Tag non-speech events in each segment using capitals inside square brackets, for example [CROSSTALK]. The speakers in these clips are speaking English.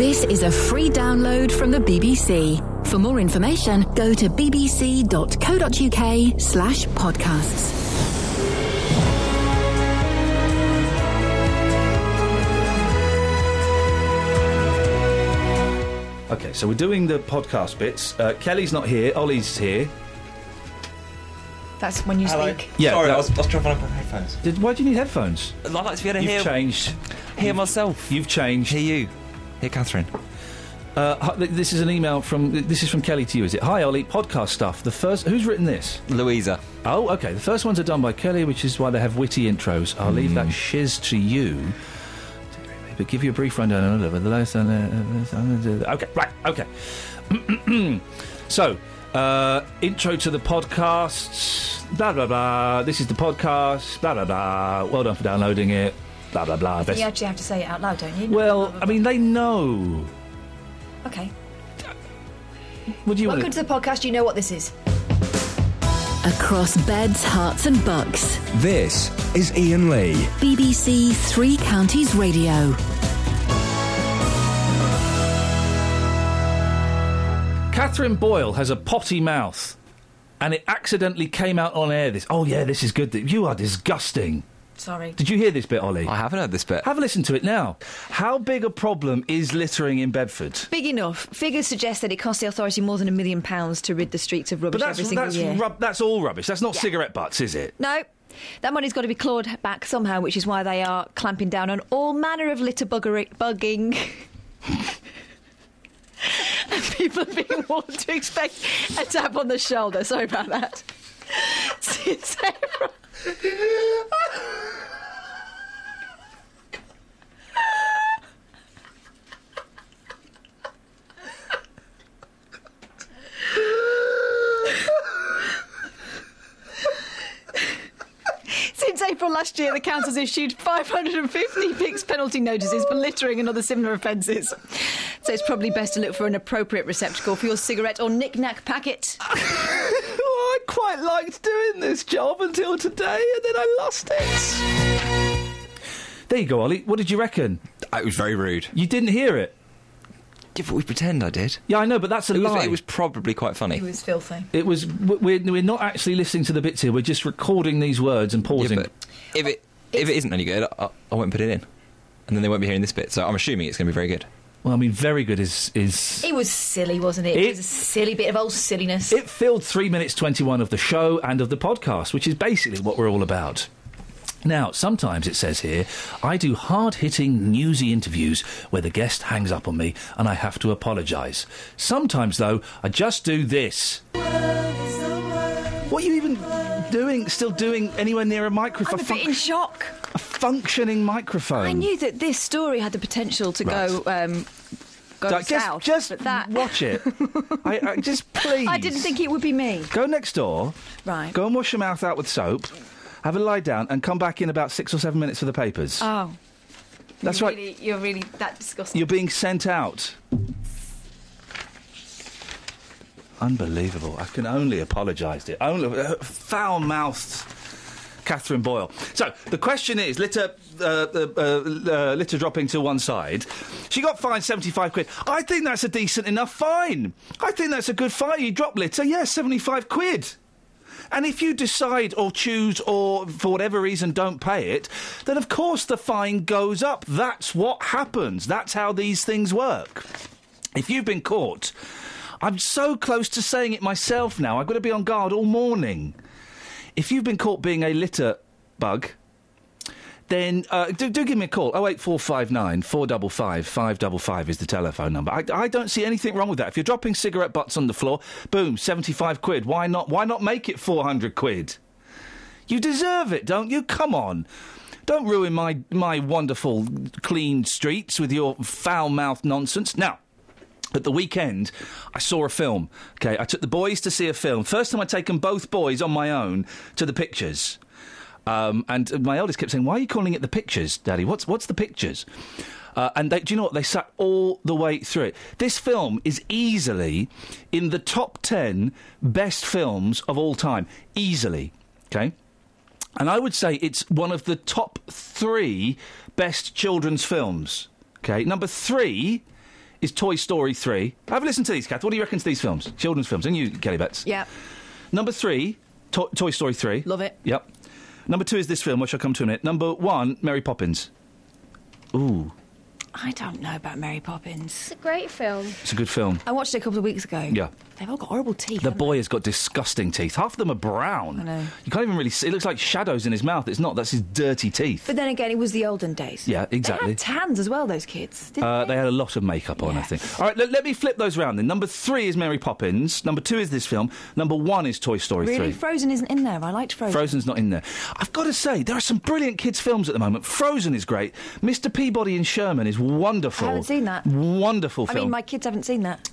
This is a free download from the BBC. For more information, go to bbc.co.uk slash podcasts. Okay, so we're doing the podcast bits. Uh, Kelly's not here. Ollie's here. That's when you Hello. speak. Yeah, Sorry, that- I was, I was trying to find my headphones. Did, why do you need headphones? I'd like to be able to You've hear, changed. hear myself. You've changed. Hear you. Hear Catherine. Uh, hi- th- this is an email from. th- This is from Kelly to you. Is it? Hi, Ollie. Podcast stuff. The first. Who's written this? Louisa. Oh, okay. The first ones are done by Kelly, which is why they have witty intros. I'll Hmm. leave that shiz to you. But give you a brief rundown of the last. Okay, right. Okay. [CLEARS THROAT] so, uh, intro to the podcasts. Blah blah blah. This is the podcast. Blah blah blah. Well done for downloading it. Blah blah blah. Best- You actually have to say it out loud, don't you? Well, I mean, they know. Okay. What do you Welcome want? to the podcast. You know what this is. Across beds, hearts and bucks. This is Ian Lee. BBC Three Counties Radio. Catherine Boyle has a potty mouth, and it accidentally came out on air. This. Oh yeah, this is good. You are disgusting. Sorry. Did you hear this bit, Ollie? I haven't heard this bit. Have a listen to it now. How big a problem is littering in Bedford? Big enough. Figures suggest that it costs the authority more than a million pounds to rid the streets of But rubbish that's every single that's year. rub- that's all rubbish. That's not Yeah. cigarette butts, is it? no. That money's got to be clawed back somehow, which is why they are clamping down on all manner of litter buggery- bugging. [LAUGHS] and people [LAUGHS] are being warned to expect a tap on the shoulder. Sorry about that. [LAUGHS] Since April. Since April last year, the council's issued 550 fixed penalty notices for littering and other similar offences. So it's probably best to look for an appropriate receptacle for your cigarette or knick-knack packet. I quite liked doing this job until today, and then I lost it. There you go, Ollie. What did you reckon? Uh, It was very rude. You didn't hear it. Yeah, but we pretend I did. Yeah, I know, but that's a It lie. was, it was probably quite funny. was filthy. It was. We're, we're not actually listening to the bits here. We're just recording these words and Yeah, pausing. but if it if it isn't any good, I, I won't put it in, and then they won't be hearing this bit. So I'm assuming it's going to be very good. well, I mean, very good is is. It was silly, wasn't it? It- It was a silly bit of old silliness. It filled three minutes twenty-one of the show and of the podcast, which is basically what we're all about. Now, sometimes it says here, I do hard hitting, newsy interviews where the guest hangs up on me and I have to apologise. Sometimes, though, I just do this. What are you even doing, still doing anywhere near a microphone? Um, I'm a bit in shock. a functioning microphone. I knew that this story had the potential to go um, go Don't- just, south. just but that watch it. I, I, just please. [LAUGHS] I didn't think it would be me. Go next door. Right. Go and wash your mouth out with soap. Have a lie down and come back in about six or seven minutes for the papers. Oh, That's you're right. Really, you're really that disgusting. You're being sent out. Unbelievable. I can only apologise. It only uh, foul-mouthed. Catherine Boyle. So the question is, litter, uh, uh, uh, uh, litter dropping to one side. She got fined seventy-five quid. I think that's a decent enough fine. I think that's a good fine. You drop litter, yeah, seventy-five quid. And if you decide or choose or for whatever reason don't pay it, then of course the fine goes up. That's what happens. That's how these things work. If you've been caught, I'm so close to saying it myself now. I've got to be on guard all morning. If you've been caught being a litter bug, then uh, do, do give me a call. 08459 455 555 is the telephone number. I, I don't see anything wrong with that. If you're dropping cigarette butts on the floor, boom, 75 quid. Why not? Why not make it 400 quid? You deserve it, don't you? Come on. Don't ruin my, my wonderful, clean streets with your foul mouthed nonsense. Now, at the weekend, I saw a film. Okay, I took the boys to see a film. First time I'd taken both boys on my own to the pictures. Um, and my eldest kept saying, "Why are you calling it the pictures, Daddy? What's what's the pictures?" Uh, and they, do you know what? They sat all the way through it. This film is easily in the top ten best films of all time. Easily, okay. And I would say it's one of the top three best children's films. Okay, number three is Toy Story 3. Have a listen to these, Kath. What do you reckon to these films? Children's films. And you, Kelly Betts. Yeah. Number three, to- Toy Story 3. Love it. Yep. Number two is this film, which I'll come to in a minute. Number one, Mary Poppins. Ooh, I don't know about Mary Poppins. It's a great film. it's a good film. I watched it a couple of weeks ago. Yeah. They've all got horrible teeth. The haven't boy has got disgusting teeth. Half of them are brown. I know. You can't even really see. It looks like shadows in his mouth. It's not. That's his dirty teeth. But then again, it was the olden days. Yeah, They exactly. had tans as well, those kids. Didn't Uh, they? they had a lot of makeup on, I Yeah. think. All right, let, let me flip those round then. Number three is Mary Poppins. Number two is this film. Number one is Toy Story Really, 3. Frozen isn't in there. I liked Frozen. Frozen's not in there. I've got to say, there are some brilliant kids' films at the moment. Frozen is great. Mr. Peabody and Sherman is wonderful. I haven't seen that. Wonderful I film. mean, my kids haven't seen that.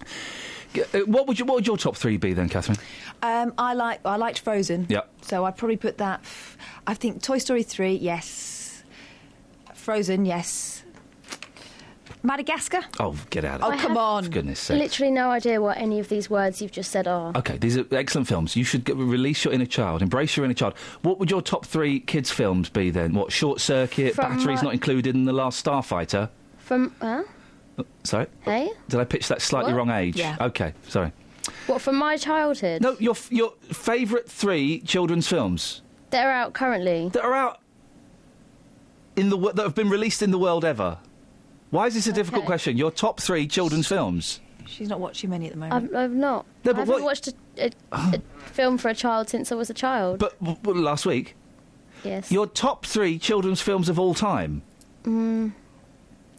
Uh, what, would you, what would your top three be then, Catherine? Um, I like I liked Frozen. Yeah. So I'd probably put that. f- I think Toy Story three, yes. Frozen, yes. Madagascar. Oh, get out Oh of it. come have- on! Goodness sake. Literally no idea what any of these words you've just said are. Okay, these are excellent films. You should get, release your inner child, embrace your inner child. What would your top three kids' films be then? What, Short Circuit, From Batteries my- Not Included, and The Last Starfighter? From huh? Sorry? Hey? Did I pitch that slightly What? wrong age? Yeah. Okay, sorry. What from my childhood? No, Oh, your f- your favourite three children's films They're out currently. that are out in the wo- that have been released in the world ever. Why is this a difficult Okay. question? Your top three children's films. She's not watching many at the moment. I've, I've not. No, I but haven't what- watched a, a, a film for a child since I was a child. But w- w- last week, yes. your top three children's films of all time. Mm.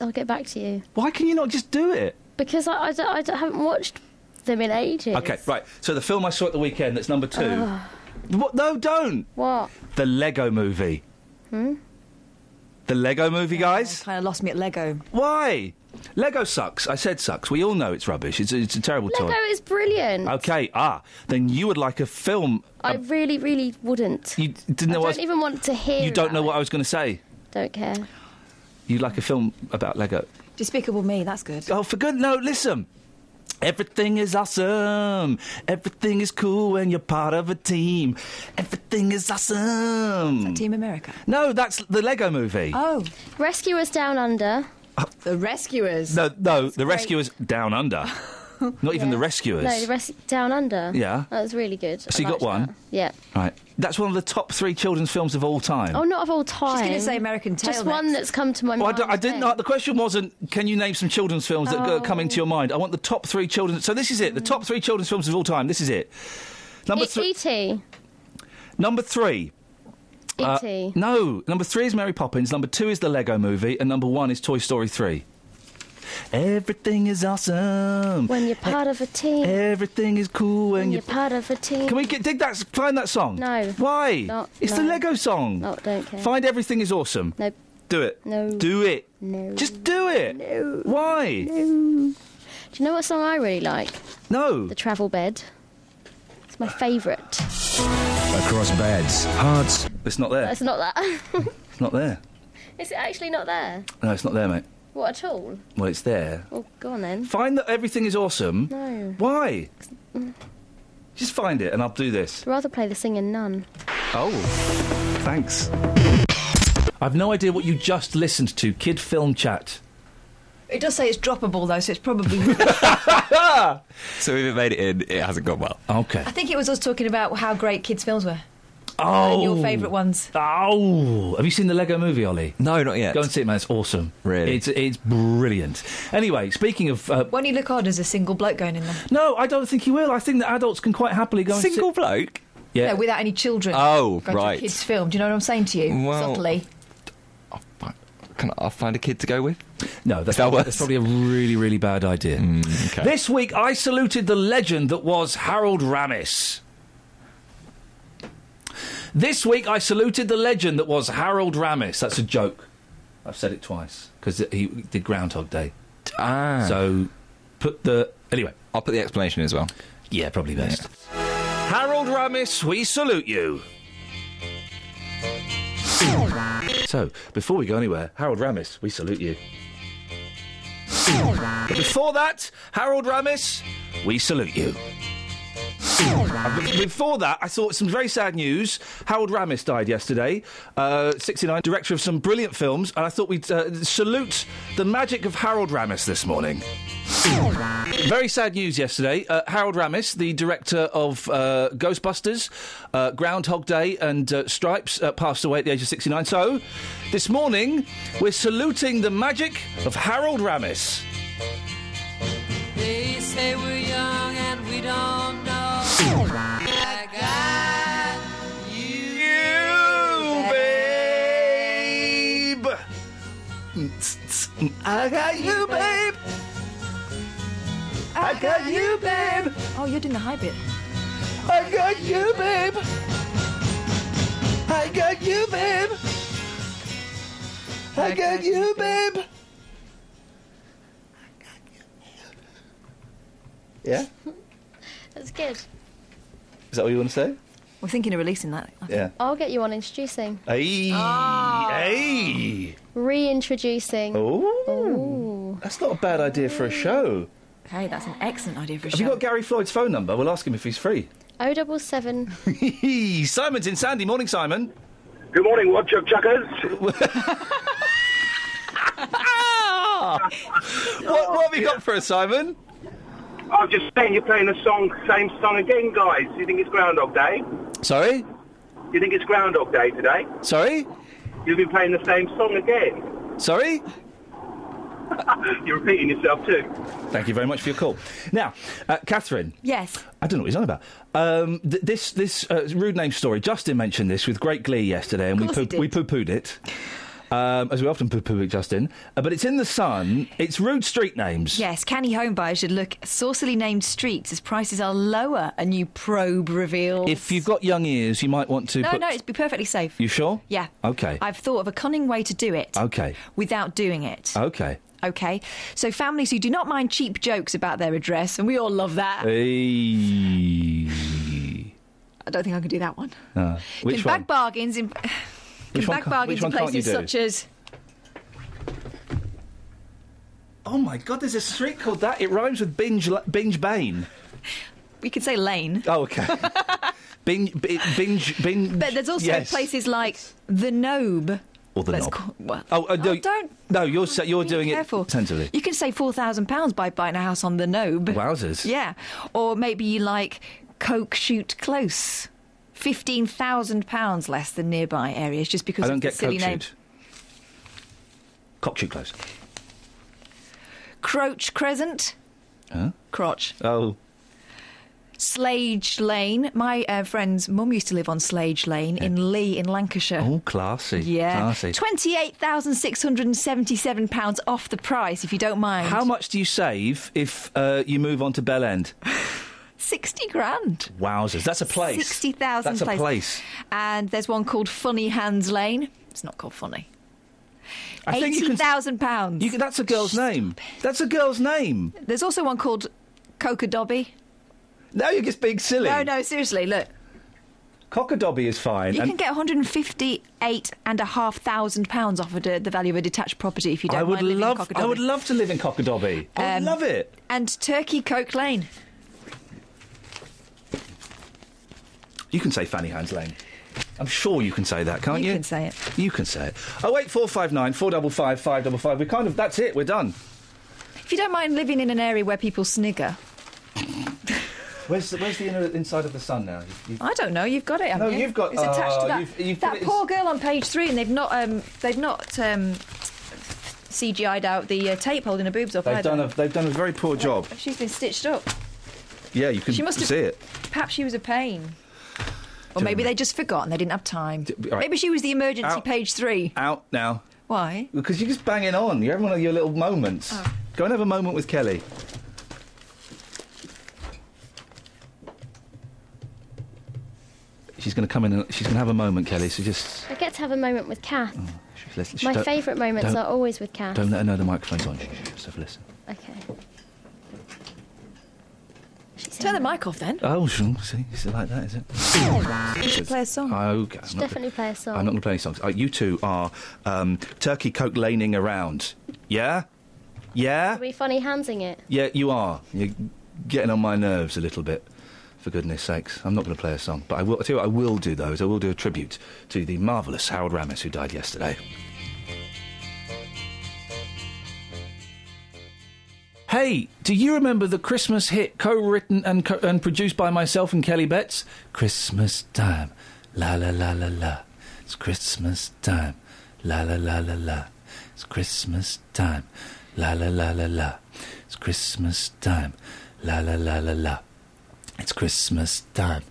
I'll get back to you Why can you not just do it? because I, I, don't- I don't- haven't watched them in ages. Okay, right. So the film I saw at the weekend that's number two. What? No, don't. What? The Lego Movie. Hmm. The Lego Movie, guys. kind of lost me at Lego. Why? Lego sucks. I said sucks. We all know it's rubbish. It's, it's a terrible toy. Lego is brilliant. Okay, ah, then you would like a film. I um, really, really wouldn't. you didn't I know. don't what I was, even want to hear. you don't know about what I it. was going to say. Don't care. You'd like a film about Lego. Despicable Me. That's good. Oh, for good no, listen. Everything is awesome. Everything is cool when you're part of a team. Everything is awesome. Team America. No, that's the Lego movie. Oh, Rescuers Down Under. Uh, the Rescuers. No, no, the Rescuers Down Under. [LAUGHS] Not even the Rescuers. No, the res- Down Under. Yeah. That was really good. So I you liked got one? that. Yeah. right, that's one of the top three children's films of all time. Oh, not of all time. She's going to say American Tail. Just one next. that's come to my Well, Oh, I, mind. d- I didn't. then. the question wasn't. Can you name some children's films that are coming to Oh. your mind? I want the top three children. So this is it. The top three children's films of all time. This is it. Number E- three. E.T. Number three. uh, E.T. no, number three is Mary Poppins. Number two is the Lego Movie, and number one is Toy Story three. Everything is awesome. When you're part of a team. Everything is cool when when you. you're part of a team. Can we get, dig that? Find that song. No. Why? Not- it's the no. Lego song. No, don't care. Find everything is awesome. Nope. Do it. No. Do it. No. Just do it. No. Why? Do you know what song I really like? No. The Travel Bed. It's my favourite. Across beds, hearts, It's not there. That's not that. [LAUGHS] It's not there. Is it actually not there? No, it's not there, mate. What at all? Well, it's there. Well, go on then. Find that everything is awesome. Oh. No. Mm. Why? Just find it and I'll do this. I'd rather play the singing nun. Oh, thanks. I've no idea what you just listened to, Kid Film Chat. It does say it's droppable though, so it's [LAUGHS] probably. [LAUGHS] So if it made it in, it hasn't gone well. Okay. I think it was us talking about how great kids' films were. Oh. And your favourite ones. Oh. Have you seen the Lego movie, Ollie? No, not yet. Go and see it, man. It's awesome. Really? It's, it's brilliant. Anyway, speaking of. Uh, When you look odd as a single bloke going in them, no, I don't think you will. I think that adults can quite happily go Single and sit. bloke. Yeah. no, without any children. Oh, going to a right. kids' film. Do you know what I'm saying to you? Well- Subtly. I'll find, can I, will find a kid to go with. No, that's, That probably, works. that's probably a really, really bad idea. Mm, okay. This week, I saluted the legend that was Harold Ramis. This week, I saluted the legend that was Harold Ramis. That's a joke. I've said it twice because he did Groundhog Day. Ah. So So put the. Anyway, I'll put the explanation as well. yeah, probably best. Harold Ramis, we salute you. So, before we go anywhere, Harold Ramis, we salute you. But before that, Harold Ramis, we salute you. Before that, I thought some very sad news. Harold Ramis died yesterday, uh, 69, director of some brilliant films, and I thought we'd uh, salute the magic of Harold Ramis this morning. Very sad news yesterday. Uh, Harold Ramis, the director of uh, Ghostbusters, uh, Groundhog Day, and uh, Stripes, uh, passed away at the age of 69. So, this morning, we're saluting the magic of Harold Ramis. They say we're young and we don't know. I got you, babe. I got you, babe. I got you, babe. Oh, you're doing the high bit. I got you, babe. I got you, babe. I got you, babe. Yeah? That's good. Is that what you want to say? We're thinking of releasing that. Yeah. I'll get you on introducing. Hey. Hey. Reintroducing. Oh. That's not a bad idea for a show. Hey, that's an excellent idea for a Have you show. got Gary Floyd's phone number? We'll ask him if he's free. [LAUGHS] 077. Simon's in Sandy. Morning, Simon. Good morning, what chuck chuckers? Oh. Ah! what, what have you got for us, Simon? I'm just saying you're playing the song, same song again, guys. You think it's Groundhog Day? [LAUGHS] Sorry? You think it's Groundhog Day today? Sorry? You've been playing the same song again. [LAUGHS] Sorry? You're repeating yourself too. Thank you very much for your call. Now, uh, Catherine, Yes. I don't know what he's on about. Um, th- this this uh, rude name story. Justin mentioned this with great glee yesterday, and we Of course he poo- we poo did. pooed it. Um, as we often poo poo Justin, uh, but it's in the sun. It's rude street names. Yes, canny home buyers should look at saucily named streets as prices are lower. A new probe reveals. If you've got young ears, you might want to. no, put... no, it's be perfectly safe. You sure? Yeah. Okay. I've thought of a cunning way to do it. Okay. Without doing it. Okay. Okay. So families who do not mind cheap jokes about their address, and we all love that. Hey. I don't think I can do that one. Uh, which can one? bag bargains in Which can one bag ca- bargains which in one can't you places do? such as Oh my God! There's a street called that. It rhymes with binge la- binge bane. we could say lane. Oh, okay. binge, bi- binge, [LAUGHS] binge. But there's also yes. places like the Nobe. Or the Let's knob. call- well, Oh, uh, no, don't. No, you're sa- you're be doing careful. it sensitively. You can save four thousand pounds by buying a house on the Nobe. Wowzers. Yeah, or maybe you like Coke Shoot Close. Fifteen thousand pounds less than nearby areas, just because I don't of get the silly cock name. shoot. Cock shoot close. Croach Crescent. Huh? Crotch. Oh, Slage Lane. My uh, friend's mum used to live on Slage Lane in Lee in Lancashire. oh, classy. Yeah, classy. twenty-eight thousand six hundred and seventy-seven pounds off the price, if you don't mind. How much do you save if uh, you move on to Bell End? Sixty grand. Wowzers, that's a place. Sixty thousand. That's a place. And there's one called Funny Hands Lane. It's not called funny. I think you Eighty can. thousand pounds. You can, that's a girl's name. That's a girl's name. There's also one called Coca Dobby. Now you're just being silly. No, no, seriously, look. Cockadobby is fine. You and can get 158 and a half thousand pounds off of the the value of a detached property if you don't I would mind living in love. I Cockadobby. would love to live in Cockadobby. I would Um, love it. And Turkey Coke Lane. You can say Fanny Hands Lane. I'm sure you can say that, can't you? You can say it. You can say it. Oh wait, four five nine four double five five double five. We kind of that's it. We're done. If you don't mind living in an area where people snigger, Where's the, where's the inner inside of the sun now? You- you- I don't know. You've got it. No, haven't you? you've got- It's attached oh, to that. you've- you've put that it in- poor girl on page three, and they've not. Um, they've not. Um, CGI'd out the uh, tape holding her boobs off they've either. done a they've done a very poor job. She's been stitched up. Yeah, you can She must have- see it. Perhaps she was a pain. Or maybe they just forgot and they didn't have time. all right. Maybe she was the emergency Out. page three. Out now Why? because you're just banging on. You're having one of your little moments. Oh. Go and have a moment with Kelly. She's going to come in. and She's going to have a moment, Kelly. So just I get to have a moment with Kath. sh- let's- sh- My Mm, don't- favourite moments don't- are always with Kath. Don't let her know the microphone's on. Shh, shh, shh, just have a listen. Okay. She's Turn the mic off then. Oh, sure. See, is it like that? Is it? Oh, You should play a song. Okay. I'm not definitely play a song. I'm not going to play any songs. Uh, you two are um, turkey coke laning around. Yeah, yeah, Are we funny handsing it? yeah. You are. You're getting on my nerves a little bit. for goodness sakes. I'm not going to play a song, but I will. I tell you what, I will do though is I will do a tribute to the marvelous Harold Ramis who died yesterday. Hey, do you remember the Christmas hit co-written and co- and produced by myself and Kelly Betts? Christmas time, la la la la la. It's Christmas time, la la la la la. It's Christmas time, la la la la la. It's Christmas time, la la la la la. It's Christmas time,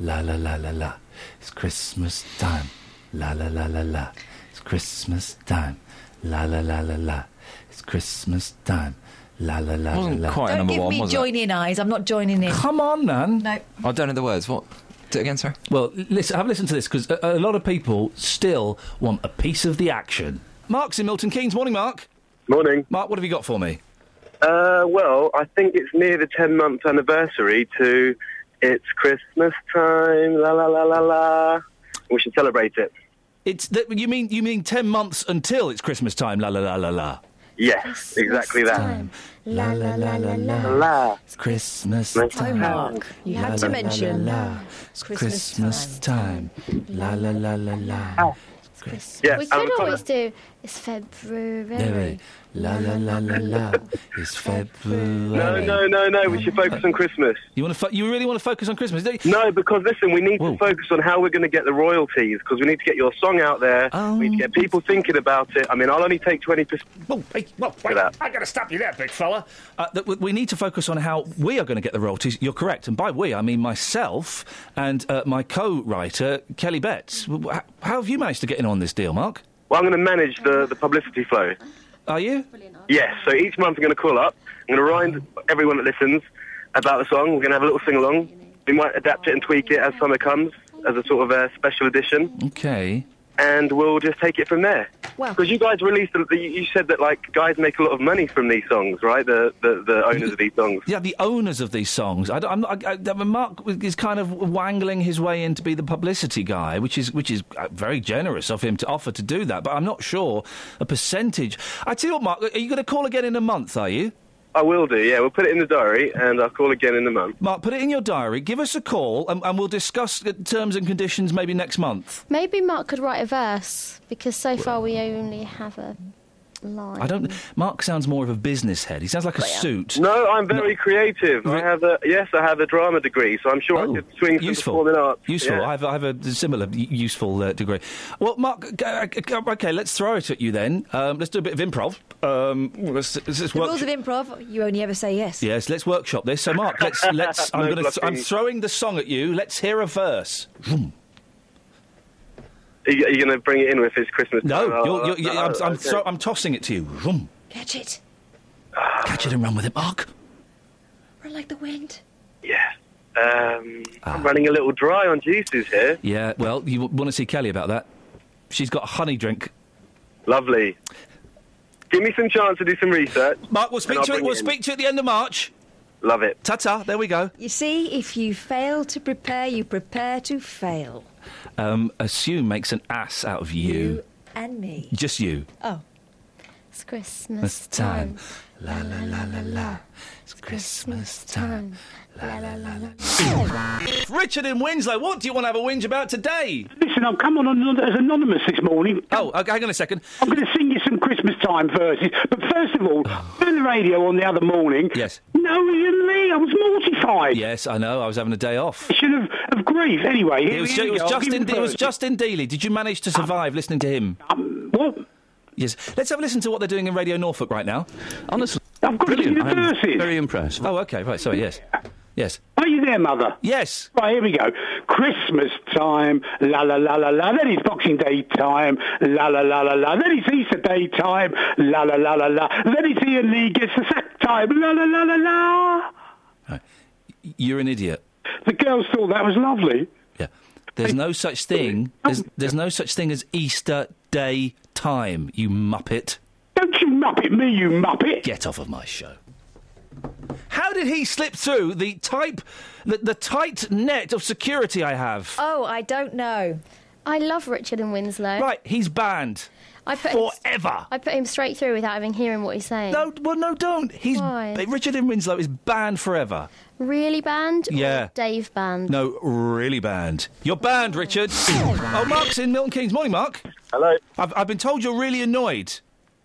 la la la la la. It's Christmas time, la la la la la. It's Christmas time, la la la la la. It's Christmas time, la la la Wasn't la la. quite a Don't number give one, me was join in eyes. I'm not joining in. Come on, man. No. it? I Oh, don't know the words. What? Do it again, sorry. Well, listen, have a listen to this because a, a lot of people still want a piece of the action. Mark's in Milton Keynes. Morning, Mark. Morning. Mark, what have you got for me? Uh, well, I think it's near the 10 month anniversary to It's Christmas Time, la la la la la. We should celebrate it. It's that you mean you mean ten months until it's Christmas time. La la la la la. Yes, exactly that. La la la la la. La. It's Christmas Oh, Mark, you had to mention. It's Christmas Christmas time. La la la la Ah. la. Yeah, we I'm could a- always do. It's February. La la la la la. It's February. No, no, no, no. We should focus [LAUGHS] on Christmas. You want to? Fo- you really want to focus on Christmas? Don't you? No, because listen, we need Whoa. to focus on how we're going to get the royalties because we need to get your song out there. We need to get people thinking about it. I mean, I'll only take 20%. Oh, hey, well, Look at that. I got to stop you there, big fella. Uh, that we- we need to focus on how we are going to get the royalties. You're correct, and by we, I mean myself and uh, my co-writer Kelly Betts. W- w- h- How have you managed to get in on this deal, Mark? Well, I'm going to manage the, the publicity flow. Are you? Yes, so each month I'm going to call up. I'm going to remind everyone that listens about the song. We're going to have a little sing along. We might adapt it and tweak it as summer comes, as a sort of a special edition, Okay. and we'll just take it from there. Wow. Because you guys released, the, the, you said that like guys make a lot of money from these songs, right? The the, the owners of these songs. Yeah, the owners of these songs. I, don't- I'm not, I, I, Mark is kind of wangling his way in to be the publicity guy, which is which is uh, very generous of him to offer to do that. But I'm not sure a percentage. I tell you what, Mark, are you going to call again in a month? Are you? I will do. Yeah, we'll put it in the diary, and I'll call again in a month. Mark, put it in your diary. Give us a call, and, and we'll discuss the terms and conditions maybe next month. Maybe Mark could write a verse because so far we only have a line. I don't. Mark sounds more of a business head. He sounds like a suit. No, I'm very creative. I have a yes, I have a drama degree, so I'm sure I Oh, could swing some useful. performing arts. Useful. Yeah. I, have, I have a similar u- useful uh, degree. Well, Mark, g- g- g- okay, let's throw it at you then. Um, let's do a bit of improv. Um, let's, let's, let's The work- rules of improv, you only ever say yes. yes, let's workshop this. So, Mark, [LAUGHS] let's. let's I'm No going to. I'm bluffing. throwing the song at you. Let's hear a verse. Are you, going to bring it in with it's Christmas? No, time? Oh, you're, you're, no, I'm, I'm, okay. throw, I'm tossing it to you. Vroom. Catch it. Catch it and run with it, Mark. Run like the wind. Yeah. Um, Ah. I'm running a little dry on juices here. Yeah, well, you want to see Kelly about that. She's got a honey drink. Lovely. Give me some chance to do some research. Mark, we'll speak I'll to it. bring it We'll in. speak to you at the end of March. Love it. Ta ta. There we go. You see, if you fail to prepare, you prepare to fail. Um, assume makes an ass out of you. You and me. Just you. Oh, It's Christmas time. La la la la la. It's Christmas time. La la la la. Richard in Winslow, what do you want to have a whinge about today? Listen, I'm coming on another- as anonymous this morning. Oh, okay, hang on a second. I'm going to sing you some Christmas time verses. But first of all, turn the radio on the other morning. Yes. No, Ian Lee, I was mortified. Yes, I know. I was having a day off. I should have of grief. Anyway, It was, it was Justin. It was Justin Dealey. Did you manage to survive listening to him? Um, what? Yes. Let's have a listen to what they're doing in Radio Norfolk right now. Honestly, I've got to give you brilliant. the I'm verses. very impressed. Oh, okay. Right. Sorry. Yes. Yes. Are you there, mother? Yes. Right, here we go. Christmas time, la la la la la. Then it's Boxing Day time, la la la la la. Then it's Easter Day time, la la la la la. Then it's Ian Lee gets the sack time, la la la la la. You're an idiot. The girls thought that was lovely. Yeah. There's no such thing. There's, there's no such thing as Easter Day time. You muppet. Don't you muppet me, you muppet. Get off of my show. How did he slip through the type, the, the tight net of security I have? oh, I don't know. I love Richard and Winslow. Right, he's banned. I put forever. Him, I put him straight through without even hearing what he's saying. No, well, no, don't. He's Why? Richard and Winslow is banned forever. really banned. or Yeah. Dave banned. No, really banned. You're banned, Richard. oh, Mark's in Milton Keynes. Morning, Mark. Hello. I've, I've been told you're really annoyed.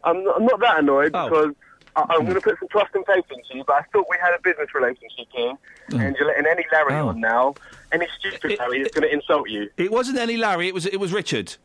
Oh. I'm not, I'm not that annoyed because I, Hmm. I'm going to put some trust and faith into you, but I thought we had a business relationship here, Hmm. and you're letting any Larry on now, any stupid Larry that's going to insult you. Oh. It wasn't any Larry. It was it was Richard.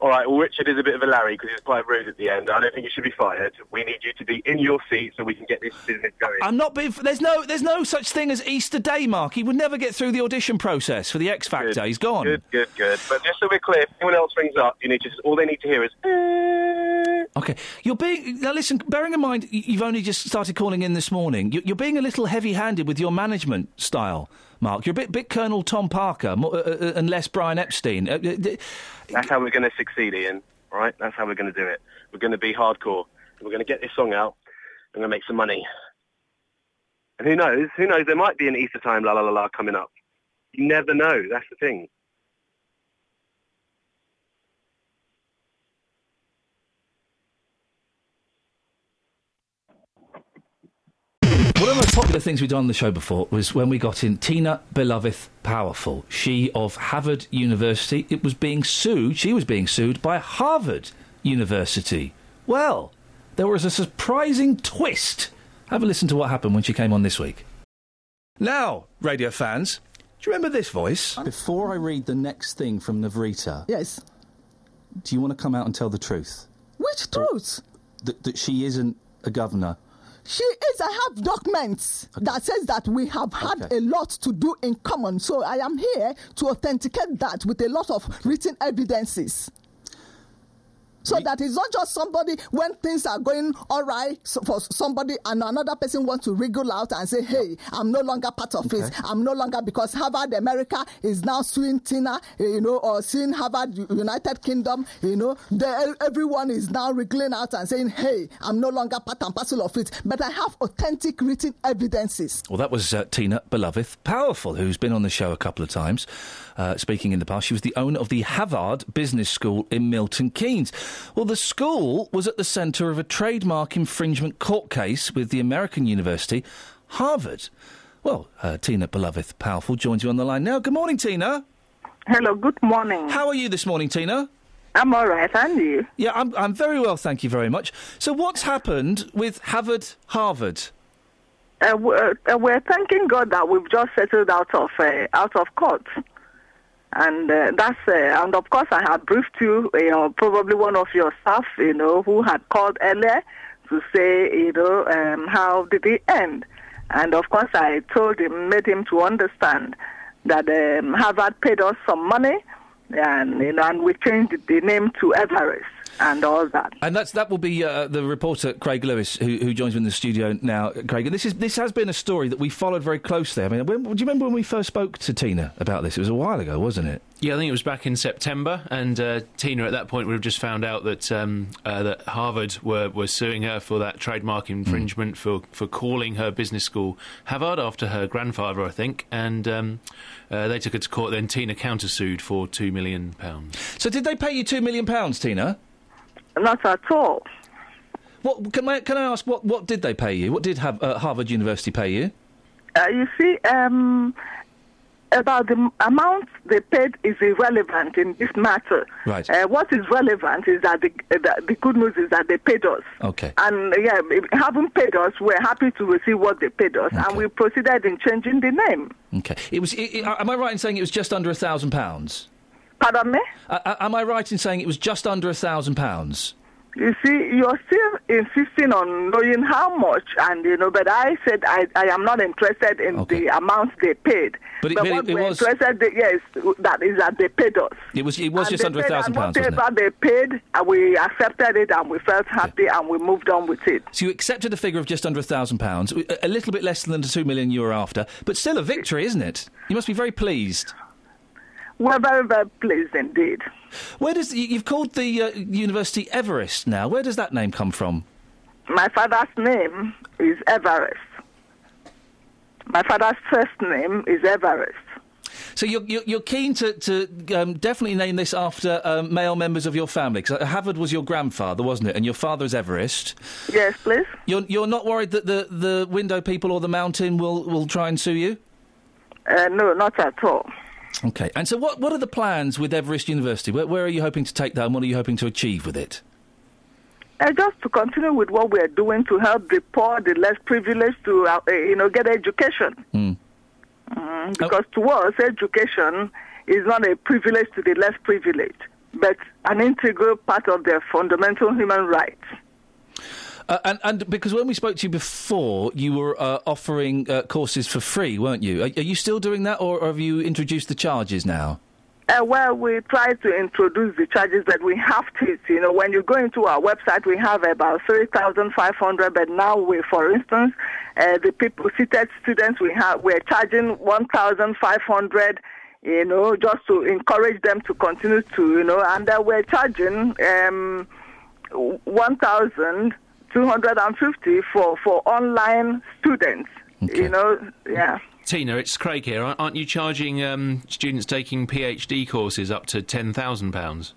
All right, well, Richard is a bit of a Larry because he's quite rude at the end. I don't think you should be fired. We need you to be in your seat so we can get this business going. I'm not being. There's no. There's no such thing as Easter Day, Mark. He would never get through the audition process for the X Factor. He's gone. Good, good, good. But just so we're clear, if anyone else rings up, you need to just all they need to hear is. "Eh." Okay, you're being now. Listen, bearing in mind y- you've only just started calling in this morning, you- you're being a little heavy-handed with your management style, Mark. You're a bit, bit Colonel Tom Parker more, uh, uh, and less Brian Epstein. Uh, uh, d- That's how we're going to succeed, Ian. All right, that's how we're going to do it. We're going to be hardcore. We're going to get this song out. We're going to make some money. And who knows? Who knows? There might be an Easter time la la la la coming up. You never know. That's the thing. One of the most popular things we've done on the show before was when we got in Tina Beloveth Powerful, she of Harvard University. It was being sued, she was being sued by Harvard University. Well, there was a surprising twist. Have a listen to what happened when she came on this week. Now, radio fans, do you remember this voice? Before I read the next thing from Navrita, Yes. do you want to come out and tell the truth? Which truth? That, that she isn't a governor? She is. I have documents that says that we have had Okay. a lot to do in common. So I am here to authenticate that with a lot of written evidences. So that it's not just somebody when things are going all right so for somebody and another person wants to wriggle out and say, hey, I'm no longer part of this. I'm no longer because Harvard America is now suing Tina, eh, you know, or suing Harvard U- United Kingdom, you know. The, e-, everyone is now wriggling out and saying, hey, I'm no longer part and parcel of it. But I have authentic written evidences. Well, that was uh, Tina Beloveth Powerful, who's been on the show a couple of times, uh, speaking in the past. She was the owner of the Havard Business School in Milton Keynes. Well, the school was at the centre of a trademark infringement court case with the American university, Harvard. Well, uh, Tina Beloveth Powerful joins you on the line now. Good morning, Tina. Hello, good morning. How are you this morning, Tina? I'm all right, and you? Yeah, I'm, I'm very well, thank you very much. So, what's happened with Harvard Harvard? Uh, we're, uh, we're thanking God that we've just settled out of uh, out of court, and uh, that's uh, and of course I had briefed you, you know, probably one of your staff, you know, who had called earlier to say, you know, um, how did it end, and of course I told him, made him to understand that um, Harvard paid us some money, and you know, and we changed the name to Everest and all that. And that's that will be uh, the reporter Craig Lewis who, who joins me in the studio now. Craig, and this is this has been a story that we followed very closely. I mean, when, do you remember when we first spoke to Tina about this? It was a while ago, wasn't it? Yeah, I think it was back in September, and uh, Tina at that point would have just found out that um, uh, that Harvard were, were suing her for that trademark Hmm. infringement for, for calling her business school Harvard after her grandfather, I think, and um, uh, they took her to court. Then Tina countersued for two million pounds. So did they pay you two million pounds, Tina? Not at all. What can I can I ask? What what did they pay you? What did have, uh, Harvard University pay you? Uh, you see, um, about the m- amount they paid is irrelevant in this matter. Right. Uh, what is relevant is that the, the, the good news is that they paid us. Okay. And yeah, if they haven't paid us, we're happy to receive what they paid us, and we proceeded in changing the name. Okay. It was. It, it, am I right in saying it was just under a thousand pounds? Pardon me. Uh, am I right in saying it was just under a thousand pounds? You see, you're still insisting on knowing how much, and you know, but I said I, I am not interested in the amount they paid. But it- but it- what it we're was- interested, in, yes, that is that they paid us. It was. It was And just they under a paid, thousand and pounds, wasn't it? Whatever they paid, and we accepted it, and we felt happy, and we moved on with it. So you accepted a figure of just under a thousand pounds, a little bit less than the two million you were after, but still a victory, isn't it? You must be very pleased. We're very, very pleased indeed. Where does you- you've called the uh, university Everest now? Where does that name come from? My father's name is Everest. My father's first name is Everest. So you're, you're, you're keen to, to um, definitely name this after um, male members of your family, because Havard was your grandfather, wasn't it? And your father is Everest. Yes, please. You're, you're not worried that the, the window people or the mountain will, will try and sue you? Uh, no, not at all. Okay. And so what, what are the plans with Everest University? Where, where are you hoping to take that and what are you hoping to achieve with it? Uh, just to continue with what we are doing to help the poor, the less privileged to, uh, uh, you know, get education. Mm. Mm, because to us, education is not a privilege to the less privileged, but an integral part of their fundamental human rights. Uh, and, and because when we spoke to you before, you were uh, offering uh, courses for free, weren't you? Are, are you still doing that, or have you introduced the charges now? Uh, well, we try to introduce the charges that we have to. it. You know, when you go into our website, we have about 3,500, but now we, for instance, uh, the people, seated students, we have, we're charging 1,500, you know, just to encourage them to continue to, you know, and uh, we're charging um, 1,250 for, for online students, you know, yeah. Tina, it's Craig here. Aren't aren't you charging um, students taking PhD courses up to ten thousand pounds?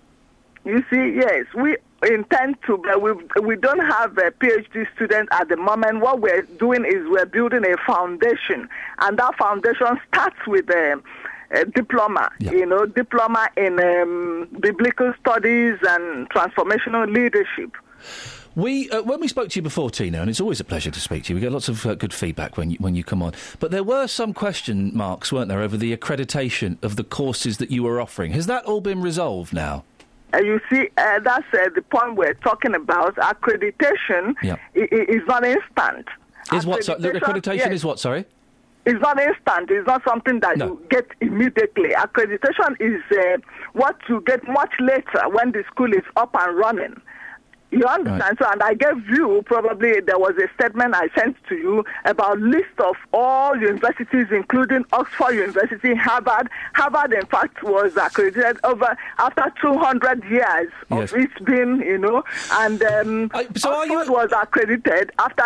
You see, yes, we intend to, but we, we don't have a PhD student at the moment. What we're doing is we're building a foundation, and that foundation starts with a, a diploma, you know, diploma in um, biblical studies and transformational leadership. We, uh, when we spoke to you before, Tina, and it's always a pleasure to speak to you. We get lots of uh, good feedback when you, when you come on. But there were some question marks, weren't there, over the accreditation of the courses that you were offering. Has that all been resolved now? Uh, you see, uh, that's uh, the point we're talking about. Accreditation Yeah. i- i- is not instant. Is what? So, the accreditation yes, is what? Sorry. It's not instant. It's not something that you get immediately. Accreditation is uh, what you get much later when the school is up and running. You understand? So, and I gave you probably there was a statement I sent to you about list of all universities, including Oxford University, Harvard. Harvard, in fact, was accredited over after 200 years Yes. of it's been, you know, and um, Oxford was accredited after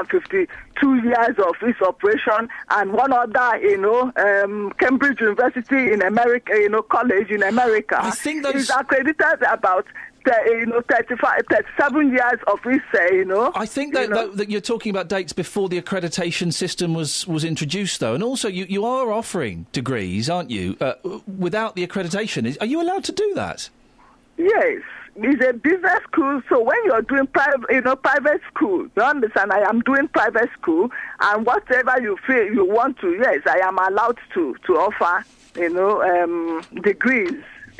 152 years of its operation, and one other, you know, um, Cambridge University in America, you know, college in America. I think that is accredited about. thir- You know, 35, 37 years of its, uh, you know. I think that, that, that you're talking about dates before the accreditation system was, was introduced, though. And also, you, you are offering degrees, aren't you, uh, w- without the accreditation? Is, are you allowed to do that? Yes, it's a business school. So when you're doing private, you know, private school, you understand? I am doing private school, and whatever you feel you want to, yes, I am allowed to to offer, you know, um, degrees.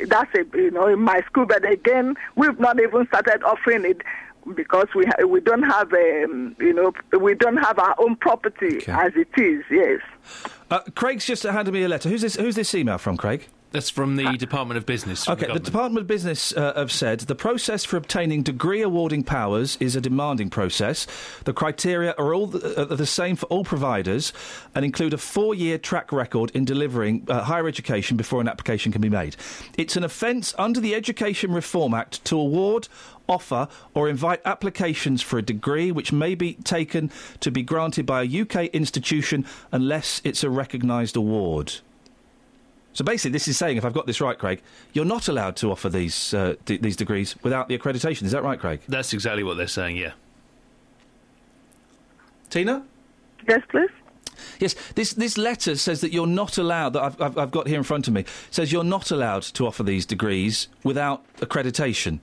That's a, you know, in my school. But again, we've not even started offering it because we ha- we don't have, um, you know, we don't have our own property as it is. Yes. Uh, Craig's just handed me a letter. Who's this, who's this email from, Craig? That's from the Department of Business. from Okay, the, government. Department of Business uh, have said the process for obtaining degree awarding powers is a demanding process. The criteria are all the, uh, the same for all providers and include a four year track record in delivering uh, higher education before an application can be made. It's an offence under the Education Reform Act to award. Offer or invite applications for a degree which may be taken to be granted by a UK institution unless it's a recognised award. So basically, this is saying, if I've got this right, Craig, you're not allowed to offer these uh, d- these degrees without the accreditation. Is that right, Craig? That's exactly what they're saying. Yeah. Tina? Yes, please. Yes, this this letter says that you're not allowed. That I've, I've, I've got here in front of me says you're not allowed to offer these degrees without accreditation.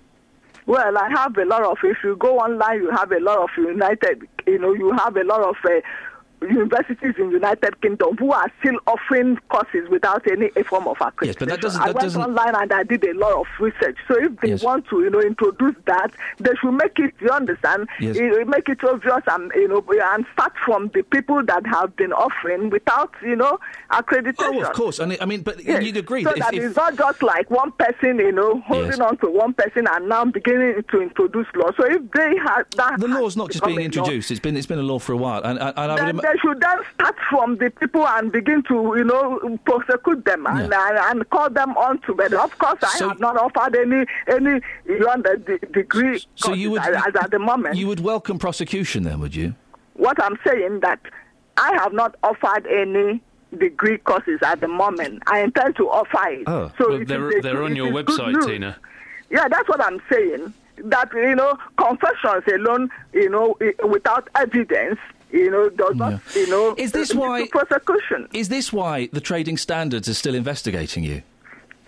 Well, I have a lot of. If you go online, you have a lot of United. You know, you have a lot of uh, universities in United Kingdom who are still offering courses without any form of accreditation. Yes, but that doesn't- I that went doesn't- online and I did a lot of research. So if they want to, you know, introduce that, they should make it. You understand? Yes. You know, make it obvious and you know, and start from the people that have been offering without, you know, accreditation. Oh, of course. And I mean, but Yes. you'd agree so that, if- that if, it's not just like one person, you know, holding Yes. on to one person and now beginning to introduce law. So if they have that, the law's not just being introduced, it's been it's been a law for a while, and and, and I would Then ima- they should then start from the people and begin to, you know, prosecute them and, and, and call them on to. But of course, I have not offered any any you know, the, the degree so you would courses as, as at the moment. you would welcome prosecution then, would you? what I'm saying that I have not offered any degree courses at the moment. I intend to offer it. Oh, so well, it they're, is a- they're on it your is good website, news. Tina. Yeah, that's what I'm saying. That you know, confessions alone, you know, i- without evidence, you know, does not, you know, Is this lead to why- prosecution? Is this why the trading standards are still investigating you?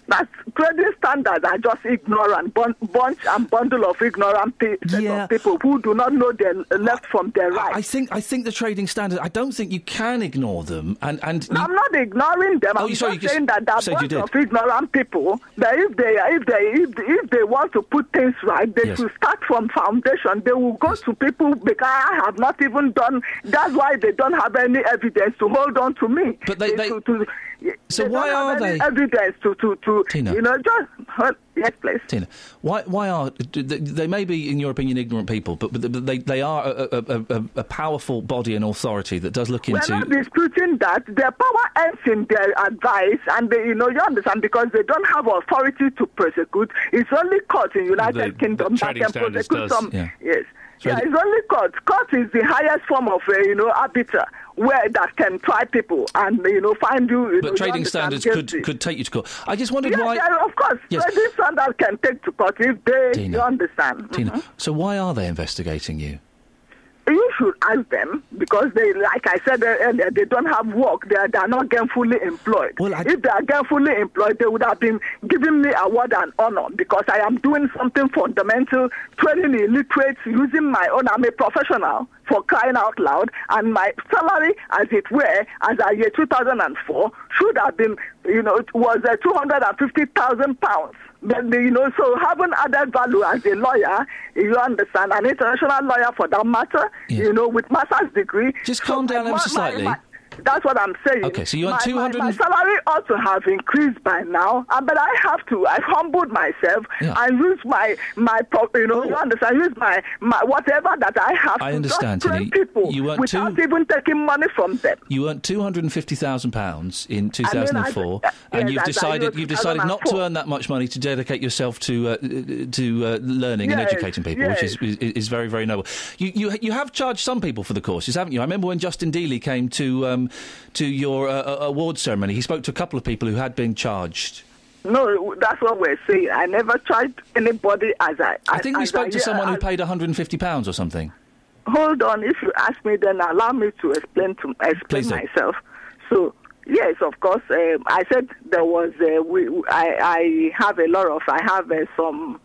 That trading standards are just ignorant, bun- bunch and bundle of ignorant pe- set of people who do not know their left from their right. I think I think the trading standards. I don't think you can ignore them. And and you- I'm not ignoring them. Oh, I'm just sorry, you just saying that there are said you bunch did. of ignorant people. That if they if they if, if they want to put things right, they Yes. should start from foundation. They will go to people because I have not even done. That's why they don't have any evidence to hold on to me. But they, should- to, So they why don't have are any they- evidence to to to Tina. you know just yes please. Tina, why why are d- d- they may be in your opinion ignorant people, but, but they they are a, a, a- a, a powerful body and authority that does look into. We're not disputing that. Their power ends in their advice, and they, you know, you understand, because they don't have authority to prosecute. It's only court in United The- the Kingdom that trading can standards prosecute does, some. yeah. Yes. Yeah, it's only court. Court is the highest form of, uh, you know, arbiter where that can try people and, you know, find you. you know, but you trading understand, standards guilty. could could take you to court. I just wondered yeah, why. yeah, of course. Yes. Trading standards can take to court if they, Tina. you understand. Tina, Mhm. so why are they investigating you? You should ask them because they, like I said earlier, they don't have work. They are, they are not gainfully employed. if they are gainfully employed, they would have been giving me award and honor because I am doing something fundamental, training illiterates, using my own. I'm a professional for crying out loud, and my salary, as it were, as at year 2004, should have been, you know, it was uh, 250,000 pounds. But you know, so having added value as a lawyer, you understand, an international lawyer for that matter, you know, with master's degree. Just calm down ever so slightly. that's what I'm saying. Okay, so you want My- 200 My, my salary ought to have increased by now, uh, but I have to. I've humbled myself and used my my pro- you know you understand. Use my my whatever that I have. Oh. I to just understand, train Tina. people You weren't without even taking money from them. You earned two hundred and fifty thousand pounds in two thousand [LAUGHS] and four, I- uh, yes, and you've I- I decided earned you've decided not to 2004. earn that much money to dedicate yourself to uh, to uh, learning and Yes, educating people, which is, is is very very noble. You you you have charged some people for the courses, haven't you? I remember when Justin Dealey came to um, to your uh, uh, award ceremony. He spoke to a couple of people who had been charged. No, that's what we're saying. I never charged anybody as I. I think we as spoke to yeah, someone who as- paid one hundred and fifty pounds or something. Hold on, if you ask me, then allow me to explain to explain Please do. myself. So yes, of course, um, I said there was. Uh, we, I, I have a lot of. I have uh, some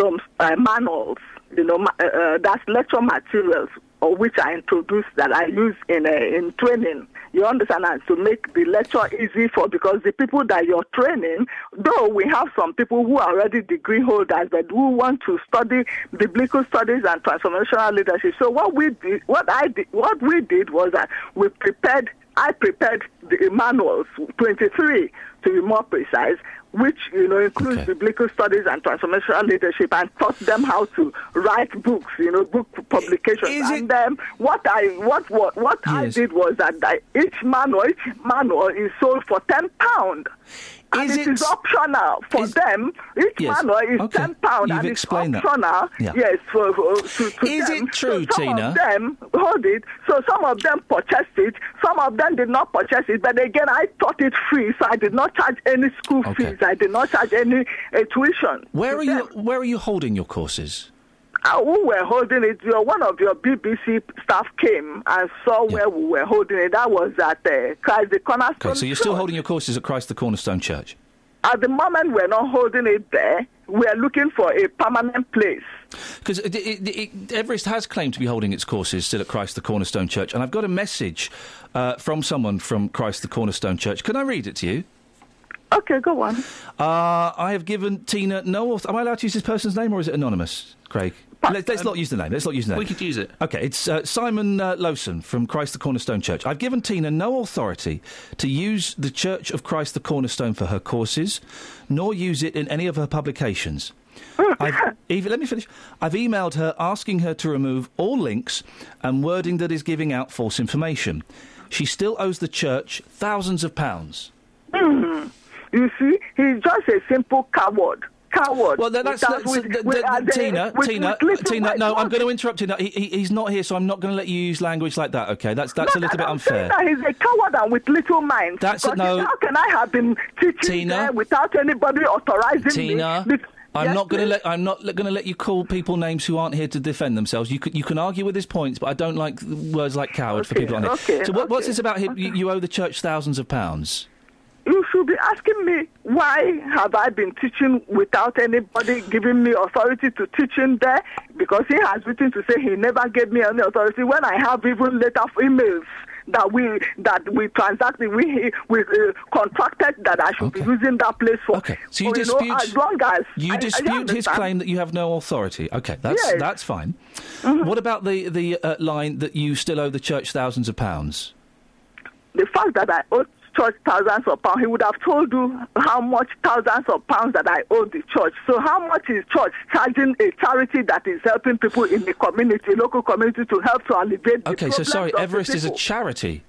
some uh, manuals, you know, ma- uh, uh, that's lecture materials of which I introduce that I use in uh, in training. You understand? And to make the lecture easy for because the people that you're training, though we have some people who are already degree holders, but who want to study biblical studies and transformational leadership. So what we did, what I did, what we did was that we prepared. I prepared the manuals 23 to be more precise, which you know includes biblical studies and transformational leadership, and taught them how to write books, you know, book publications. and then what I what what, what I did was that I, each manual each manual is sold for ten pound. And Is it it- is optional for them. Each Yes, manual is okay. ten pound, You've and it's explained that. optional. Yeah. Yes, for, for- to, to Is them. it so true, some Tina? Of them hold it. So some of them purchased it. Some of them did not purchase it. But again, I taught it free, so I did not charge any school fees. I did not charge any uh, tuition. Where are you? Where are you holding your courses? Uh, who were holding it? Your, one of your BBC staff came and saw where we were holding it. That was at uh, Christ the Cornerstone. Okay, so you're still holding your courses at Christ the Cornerstone Church. At the moment, we're not holding it there. We are looking for a permanent place. Because it, it, it, Everest has claimed to be holding its courses still at Christ the Cornerstone Church, and I've got a message uh, from someone from Christ the Cornerstone Church. Can I read it to you? Okay, go on. Uh, I have given Tina no author. Am I allowed to use this person's name, or is it anonymous, Craig? Let, us not use the name. Let's not use the name. We could use it. Okay, it's uh, Simon uh, Lowson from Christ the Cornerstone Church. I've given Tina no authority to use the Church of Christ the Cornerstone for her courses, nor use it in any of [LAUGHS] her publications. I've, Eva, let me finish. I've emailed her asking her to remove all links and wording that is giving out false information. She still owes the church thousands of pounds. Hmm. You see, he's just a simple coward. coward. Well, no, that's, that's uh, th- th- Tina. Tina, Tina. No, I'm going to interrupt you. now. He, he, he's not here, so I'm not going to let you use language like that. Okay, that's that's a little bit unfair. That he's a coward and with little mind. That's it, Because no. How can I have been teaching Tina? there without anybody authorizing Tina, me? This- I'm Yes, not going to please. let I'm not going to let you call people names who aren't here to defend themselves. You can, you can argue with his points, but I don't like words like coward for people on here. okay, so what, what's this about? Him? You, you owe the church thousands of pounds. You should be asking me why have I been teaching without anybody giving me authority to teach in there? Because he has written to say he never gave me any authority when I have even letter of emails that we that we transacted we we uh, contracted that I should be using that place for. Okay, so you know, dispute- as long as You I- I dispute his understand. claim that you have no authority. Okay, that's Yes. Mm-hmm. that's fine. What about the the uh, line that you still owe the church thousands of pounds? the fact that I owe church thousands of pounds, he would have told you how much thousands of pounds that I owe the church. So how much is church charging a charity that is helping people in the community, local community, to help to alleviate? Okay, so sorry, Everest is a charity.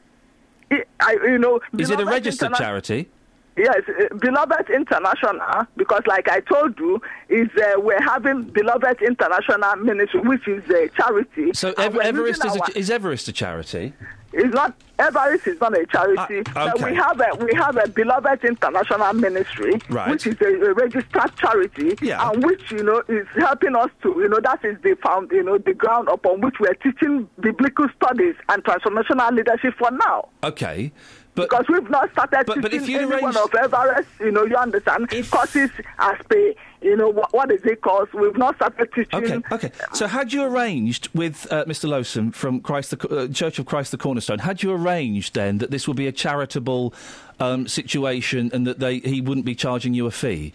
I, I- you know, Is it a Beloved registered Interna- charity? Yes, uh, Beloved International, because like I told you, is uh, we're having Beloved International Ministry, which is a charity. So and Ev- we're Everest using is, our- a, is Everest a charity? it's not Everest is not a charity. Ah, But okay. we have a we have a beloved international ministry, Right. which is a, a registered charity, and which you know is helping us to you know that is the found you know the ground upon which we are teaching biblical studies and transformational leadership for now. Okay, but Because we've not started but teaching if you'd anyone arranged- of Everest, you know, you understand, courses as pay, you know, what, what is it cost? We've not started teaching. Okay, okay. So, had you arranged with uh, Mr. Lowson from Christ the, Co- uh, Church of Christ the Cornerstone? Had you arranged then that this would be a charitable um, situation and that they he wouldn't be charging you a fee?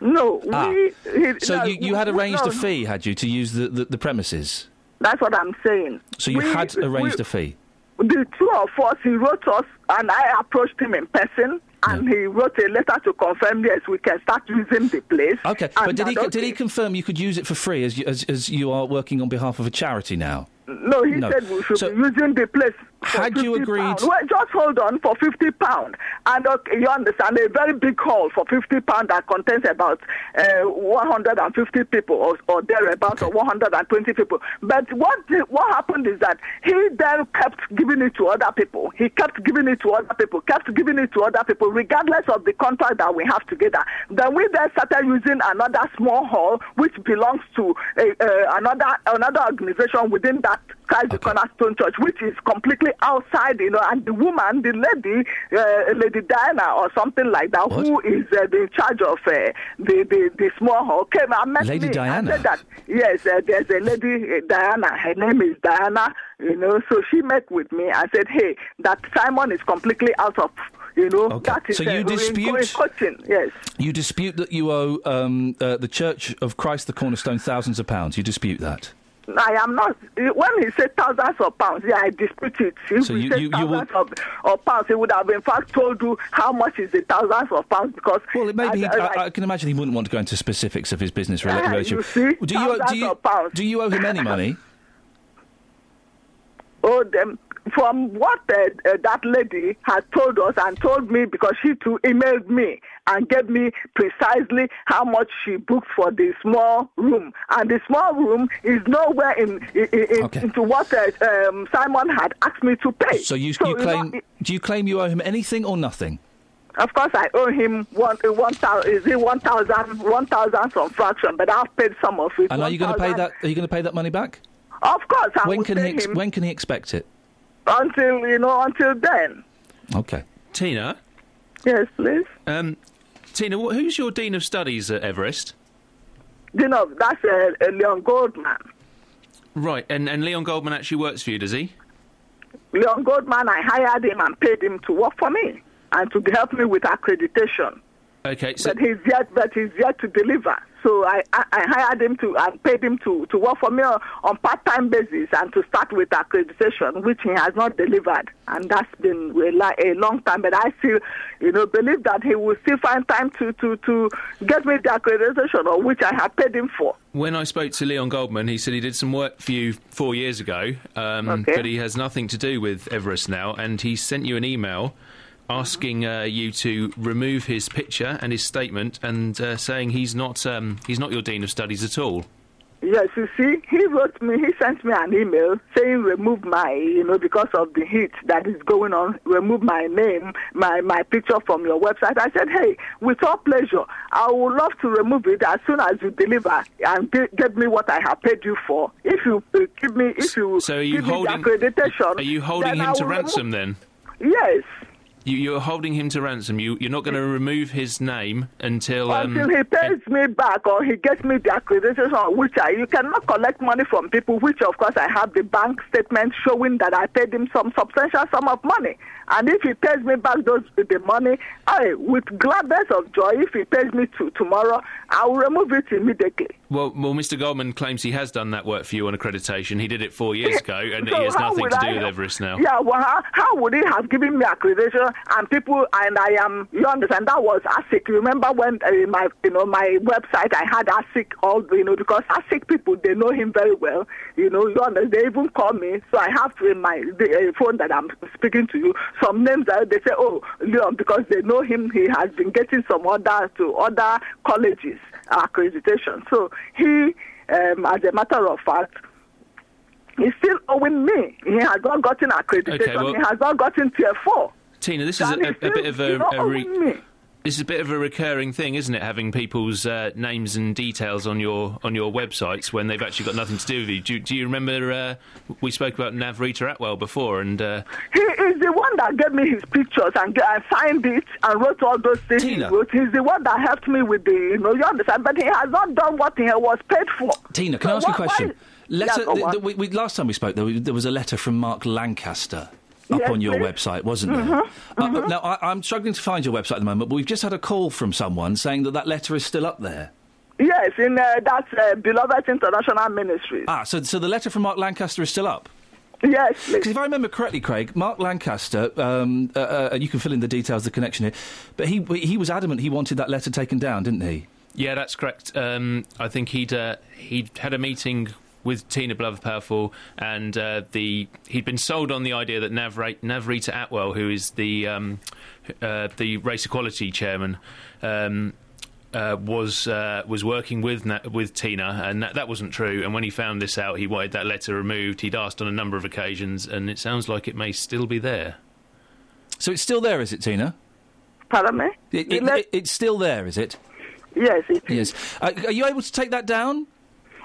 No, we. he- Ah, So no, you, you had we- arranged no, a fee, had you, to use the, the, the premises? That's what I'm saying. So you We- had arranged we- a fee. the two of us, he wrote us, and I approached him in person, and he wrote a letter to confirm yes, we can start using the place. Okay, And but did he that, did he confirm you could use it for free as you, as, as you are working on behalf of a charity now? No, he No. said we should be using the place. For Had you 50 agreed- pound. Well, just hold on for fifty pound, and uh, you understand a very big hall for fifty pound that contains about uh, one hundred and fifty people or, or thereabouts, or one hundred and twenty people. But what what happened is that he then kept giving it to other people. He kept giving it to other people, kept giving it to other people, regardless of the contract that we have together. Then we then started using another small hall which belongs to a, uh, another another organization within that Christ the Cornerstone Church, which is completely outside, you know. And the woman, the lady, uh, Lady Diana or something like that, who is uh, the in charge of uh, the, the the small hall, came and met Lady me Diana? and said that yes, uh, there's a lady uh, Diana. Her name is Diana, you know. So she met with me and said, hey, that Simon is completely out of. You know, that is So uh, you dispute- coaching, yes. You dispute that you owe um, uh, the Church of Christ the Cornerstone thousands of pounds. You dispute that. I am not. When he said thousands of pounds, yeah, I dispute it. If So he you- said you- you thousands of, of pounds, he would have in fact told you how much is the thousands of pounds because. Well, it may Maybe he, I, I can imagine he wouldn't want to go into specifics of his business rela- Ah, [LAUGHS] relationship. you see, do you owe, do thousands you of pounds. do you owe him [LAUGHS] any money? Oh, them. From what uh, uh, that lady had told us and told me, because she too emailed me and gave me precisely how much she booked for the small room, and the small room is nowhere in, in, in into what uh, um, Simon had asked me to pay. So you, know, you claim do you claim you owe him anything or nothing? Of course, I owe him one, uh, one thousand, is it one thousand, one thousand some fraction, but I've paid some of it. And are you going to pay 1,000. that? Are you going to pay that money back? Of course, I when will can pay he ex- him when can he expect it? until you know until then. Okay. Tina? Yes, please. Um, Tina, wh- who's your Dean of Studies at Everest? You know that's uh, uh, Leon Goldman. Right, and, and Leon Goldman actually works for you, does he? Leon Goldman, I hired him and paid him to work for me and to help me with accreditation. Okay, so but he's yet, but he's yet to deliver. So I, I, I hired him to and paid him to, to work for me on, on part-time basis and to start with accreditation, which he has not delivered, and that's been a, li- a long time. But I still, you know, believe that he will still find time to, to, to get me the accreditation, or which I have paid him for. when I spoke to Leon Goldman, he said he did some work for you four years ago, um, but he has nothing to do with Everest now, and he sent you an email asking uh, you to remove his picture and his statement, and uh, saying he's not um, he's not your dean of studies at all. Yes, you see, he wrote me, he sent me an email saying remove my, you know, because of the heat that is going on, remove my name, my, my picture from your website. I said, hey, with all pleasure, I would love to remove it as soon as you deliver and get, get me what I have paid you for. If you uh, give me, if you, So are you give holding- me the accreditation. Are you holding then I him to will remove- ransom then? Yes, You, you're holding him to ransom. You, you're not going to remove his name until. Um, until he pays me back or he gets me the accreditation, which I, you cannot collect money from people, which of course I have the bank statement showing that I paid him some substantial sum of money. And if he pays me back those the money, I, with gladness of joy, if he pays me to tomorrow, I will remove it immediately. well, well, Mr. Goldman claims he has done that work for you on accreditation. He did it [LAUGHS] four years ago, and So he has how nothing would to I- do with Everest now. Yeah, well, how, how would he have given me accreditation and people and I am you understand that was ASIC. Remember when uh, my you know my website I had ASIC all you know because ASIC people they know him very well. You know, you understand. They even call me, so I have in my the, uh, phone that I'm speaking to you. Some names that they say, oh, Leon, because they know him, he has been getting some other to other colleges accreditation. So he, um, as a matter of fact. He's still owing me. He has not gotten accreditation. Okay, well- he has not gotten tier four. Tina, this is a, That a, is a bit of a, you know, a owing me. this is a bit of a recurring thing, isn't it? Having people's uh, names and details on your on your websites when they've actually got nothing to do with you. Do, do you remember uh, we spoke about Navrita Atwell before? And uh, He is the one that gave me his pictures and, g- and signed it and wrote all those things Tina. he wrote. He's the one that helped me with the, you know, you understand? But he has not done what he was paid for. Tina, can So I ask you a why- question? why- Letter. Yeah, go th- on. th- we, we, last time we spoke, there, was- there was a letter from Mark Lancaster up Yes, on your please. website, wasn't there? Mhm, Uh, but now I, I'm struggling to find your website at the moment, but we've just had a call from someone saying that that letter is still up there. Yes, in uh, that uh, Beloved International Ministries. Ah, so so the letter from Mark Lancaster is still up. Yes. Because if I remember correctly, Craig, Mark Lancaster, um, uh, uh, you can fill in the details, the connection here, but he he was adamant he wanted that letter taken down, didn't he? yeah, that's correct. Um, I think he'd uh, he'd had a meeting with Tina Blover Powerful, and uh, the he'd been sold on the idea that Navra- Navrita Atwell, who is the um, uh, the race equality chairman. Um, uh, was uh, was working with Na- with Tina, and that, that wasn't true. And when he found this out, he wanted that letter removed. He'd asked on a number of occasions, and it sounds like it may still be there. So it's still there, is it, Tina? Pardon me? It, it- it- it's still there, is it? Yes, it is. Uh, are you able to take that down?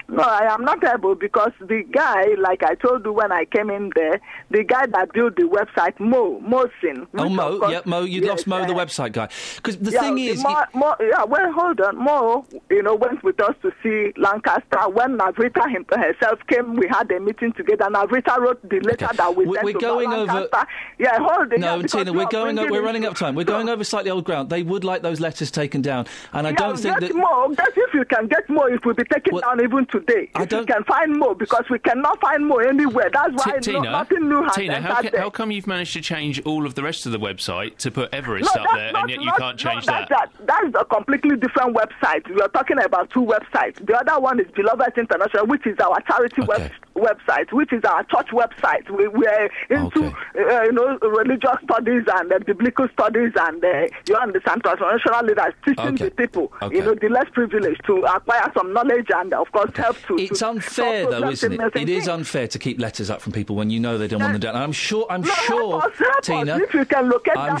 No, I am not able because the guy, like I told you when I came in there, the guy that built the website, Mo, Mosin. Oh, which Mo, of course- yeah, Mo, you Yes, lost Mo, the uh, website guy. Because the yeah, thing is, Mo, Mo, yeah, well, hold on. Mo, you know, went with us to see Lancaster. When Navrita him, herself came, we had a meeting together. Navrita wrote the letter that we We- sent we're to going over- Lancaster. Yeah, hold it. no, yeah, and because Tina, you we're are going. o- bringing We're it- running up time. We're going over slightly old ground. They would like those letters taken down, and I yeah, don't think get that. more. Get, if you can get more, it will be taken down even today. If you can find more, because we cannot find more anywhere. That's T- why no- Tina, nothing new has Tina, how, entered ca- there. how come you've managed to change all of the rest of the website to put Everest No, up that's there, not- and yet you not- can't no, change that, that. That is a completely different website. We are talking about two websites. The other one is Beloved International, which is our charity web, website, which is our church website. We, we are into uh, you know religious studies and uh, biblical studies and uh, you understand transformational leaders teaching the people, Okay. you know, the less privileged to acquire some knowledge and of course help to. It's Unfair though, isn't it? It is unfair to keep letters up from people when you know they don't want them down. And I'm sure. I'm sure, Tina. If you can locate I'm that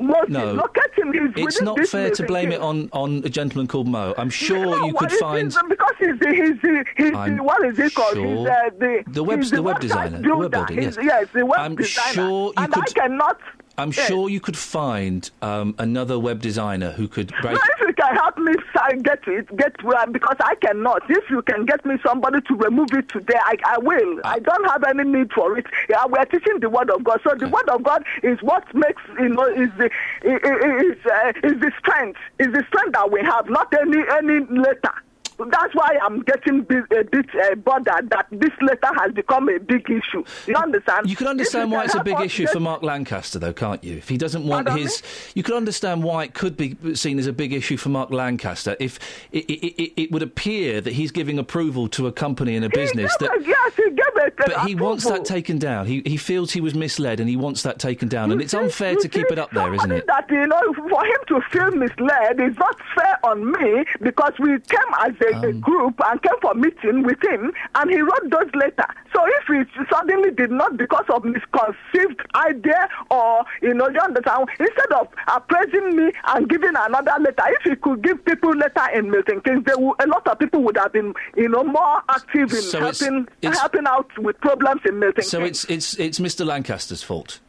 Mo- Moses, no, locate him. He's it's within not this fair to music blame here. it on on a gentleman called Mo. I'm sure No, you what could is find. it? because he's the, he's the, he's I'm the what is it called? sure He's, uh, the, the web- he's the web website designer, the Builder. web builder, He's- yes. yes, the web I'm designer. sure you and I could- cannot. I'm Yes. sure you could find um, another web designer who could break. No, if you can help me sir, get it, get where I'm- because I cannot. If you can get me somebody to remove it today, I, I will. Ah. I don't have any need for it. Yeah, we are teaching the word of God, so Ah. the word of God is what makes you know is the i- i- i- is uh, is the strength is the strength that we have, not any any letter. That's why I'm getting bi- a bit uh, bothered that this letter has become a big issue. You understand? You can understand why it's a big issue for Mark Lancaster, though, can't you? If he doesn't want Pardon his, you can understand why it could be seen as a big issue for Mark Lancaster. If it, it, it, it would appear that he's giving approval to a company and a business that, Yes, he gave it. but he wants that taken down. He he feels he was misled and he wants that taken down, and it's unfair to keep it up there, isn't it? That you know, for him to feel misled is not fair on me because we came as a, Um, a group and came for meeting with him, and he wrote those letters. So if he suddenly did not because of misconceived idea or you know, you understand, instead of appraising me and giving another letter, if he could give people letter in Milton Keynes, they would, a lot of people would have been you know more active in So it's- helping it's- helping out with problems in Milton So Keynes. it's it's it's Mr. Lancaster's fault.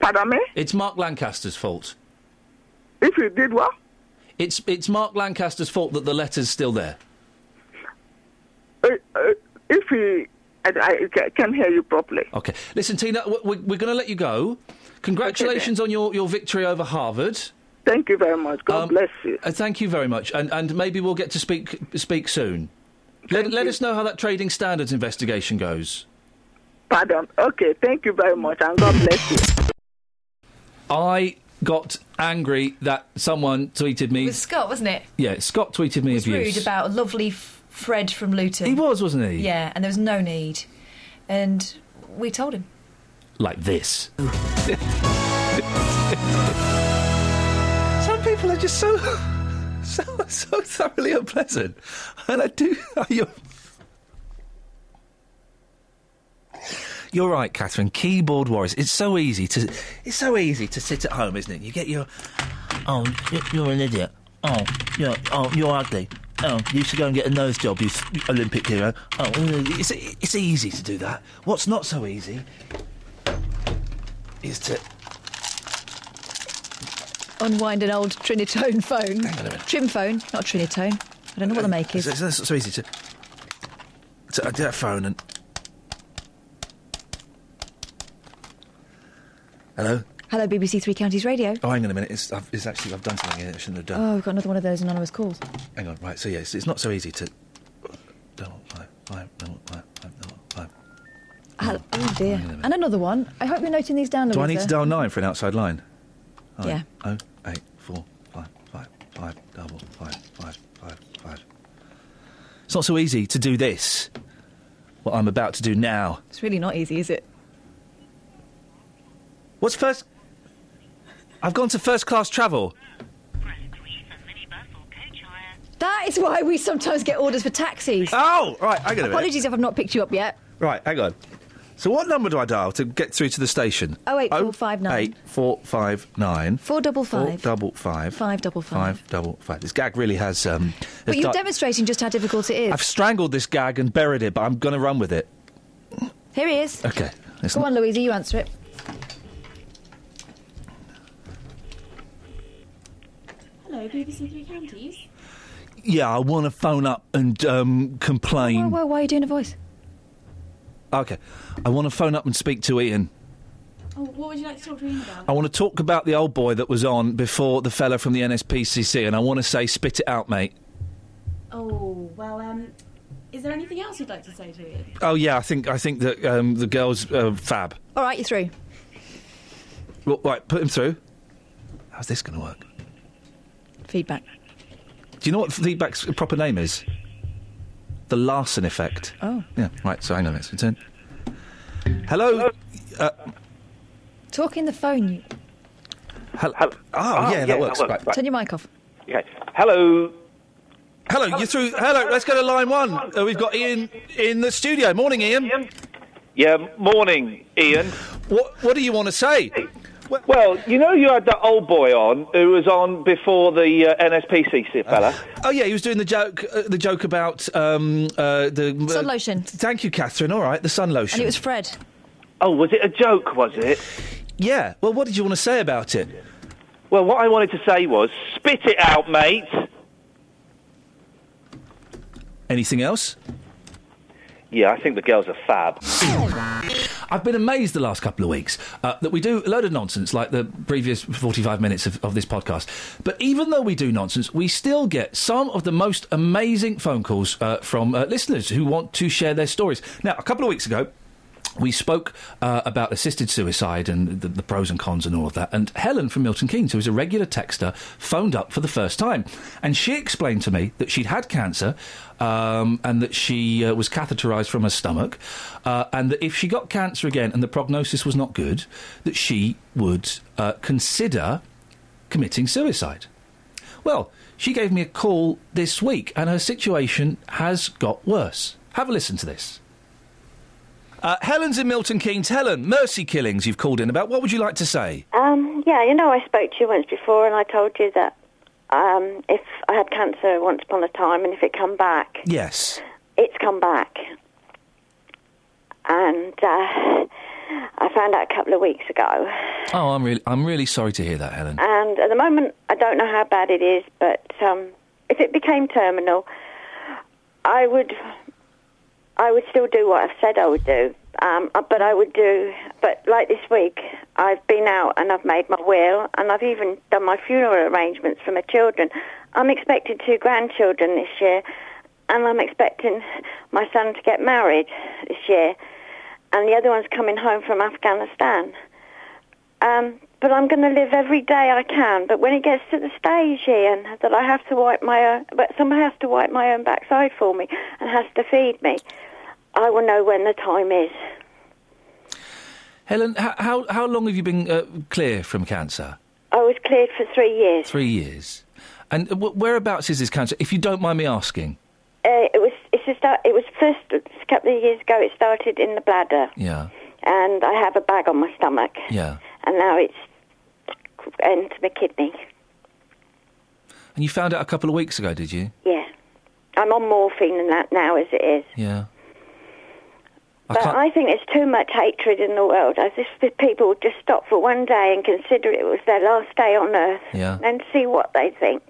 Pardon me. It's Mark Lancaster's fault. If he did what? It's it's Mark Lancaster's fault that the letter's still there. uh, uh, if he, I, I can hear you properly. Okay. Listen, Tina, we- we- we're going to let you go. Congratulations on your, your victory over Harvard. Um, uh, Thank you very much. God bless you. thank you very much. And, and maybe we'll get to speak, speak soon. Let, let us know how that trading standards investigation goes. Pardon. Okay. Thank you very much, and God bless you. I got angry that someone tweeted me. With Scott, wasn't it? yeah, Scott tweeted me It's abuse. rude about lovely F- Fred from Luton. he was, wasn't he? Yeah, and there was no need. And we told him. Like this. Some people are just so, [LAUGHS] so, so thoroughly unpleasant, and I do. [LAUGHS] You're, you're right, Catherine. Keyboard warriors. It's so easy to. It's so easy to sit at home, isn't it? You get your. Oh, y- you're an idiot. Oh, you're, oh, you're ugly. Oh, you should go and get a nose job, you s- Olympic hero. Oh, it's it's easy to do that. What's not so easy is to Unwind an old Trinitone phone. Trim phone, not Trinitone. I don't know what the make is. It's, it's so easy to to get a phone and hello. Hello, BBC Three Counties Radio. Oh, hang on a minute. It's, I've, it's actually I've done something here I shouldn't have done. Oh, we've got another one of those anonymous calls. Hang on. Right. So yeah, it's, it's not so easy to. Double five five double five five double five. Hel- Oh, dear. And another one. I hope you're noting these down, Do I need to Louisa. dial nine for an outside line? Nine. Yeah. Oh eight four five five five double five five five five. It's not so easy to do this. What I'm about to do now. It's really not easy, is it? What's first? I've gone to first class travel. That is why we sometimes get orders for taxis. Oh, right, I get it. Apologies if I've not picked you up yet. Right, hang on. So what number do I dial to get through to the station? Oh, eight, four, five, nine. Eight four five nine. Four double five. Four double five. Five double five. Five double five. This gag really has. Um, has But you're di- demonstrating just how difficult it is. I've strangled this gag and buried it, but I'm going to run with it. Here he is. Okay. it's Go not- on, Louisa, you answer it. Hello, BBC Three Counties. Yeah, I want to phone up and um, complain. Why, why, why are you doing a voice? Okay, I want to phone up and speak to Ian. Oh, what would you like to talk to me about? I want to talk about the old boy that was on before the fella from the NSPCC, and I want to say, spit it out, mate. Oh, well, um, is there anything else you'd like to say to Ian? Oh yeah, I think I think that um, the girls uh, fab. All right, you're through. Well, right, put him through. How's this going to work? Feedback. Do you know what feedback's proper name is? The Larson effect. Oh. Yeah. Right. So hang on a minute. so Turn. Hello. Uh, Talk in the phone. You. hel- ah, Oh, yeah, that works. Right. Turn your mic off. Okay. Hello. Hello, you're through. Hello, let's go to line one. Uh, we've got Ian in the studio. Morning, Ian. Yeah, morning, Ian. What What do you want to say? Well, you know, you had that old boy on who was on Um, before the uh, NSPC [LAUGHS] fella. Oh yeah, he was doing the joke. Uh, the joke about um, uh, the uh, Sun lotion. Thank you, Catherine. All right, the sun lotion. And it was Fred. Oh, was it a joke? Was it? Yeah. Well, what did you want to say about it? Well, what I wanted to say was, spit it out, mate. Anything else? Yeah, I think the girls are fab. I've been amazed the last couple of weeks uh, that we do a load of nonsense, like the previous 45 minutes of, of this podcast. But even though we do nonsense, we still get some of the most amazing phone calls uh, from uh, listeners who want to share their stories. Now, a couple of weeks ago, we spoke uh, about assisted suicide and the, the pros and cons and all of that. And Helen from Milton Keynes, who is a regular texter, phoned up for the first time. And she explained to me that she'd had cancer um, and that she uh, was catheterized from her stomach. Uh, and that if she got cancer again and the prognosis was not good, that she would uh, consider committing suicide. Well, she gave me a call this week and her situation has got worse. Have a listen to this. Uh, Helen's in Milton Keynes. Helen, mercy killings you've called in about. What would you like to say? Um, yeah, you know, I spoke to you once before, and I told you that um, if I had cancer once upon a time, and if it come back, Yes. it's come back. And uh, I found out a couple of weeks ago, Oh, I'm really, I'm really sorry to hear that, Helen. and at the moment, I don't know how bad it is, but um, if it became terminal, I would, I would still do what I've said I would do. Um, uh, but I would do, but like this week, I've been out and I've made my will, and I've even done my funeral arrangements for my children. I'm expecting two grandchildren this year, and I'm expecting my son to get married this year, and the other one's coming home from Afghanistan. Um, but I'm going to live every day I can. But when it gets to the stage, Ian, that I have to wipe my own, but someone has to wipe my own backside for me and has to feed me, I will know when the time is. Helen, h- how, how long have you been uh, clear from cancer? I was cleared for three years. Three years. And w- whereabouts is this cancer, if you don't mind me asking? Uh, it was it's a start, it was first a couple of years ago. It started in the bladder, Yeah, and I have a bag on my stomach, yeah. and now it's into my kidney. And you found out a couple of weeks ago, did you? Yeah, I'm on morphine and that now as it is. Yeah. I But can't- I, think there's too much hatred in the world. I just think people would just stop for one day and consider it was their last day on earth, Yeah. and see what they think.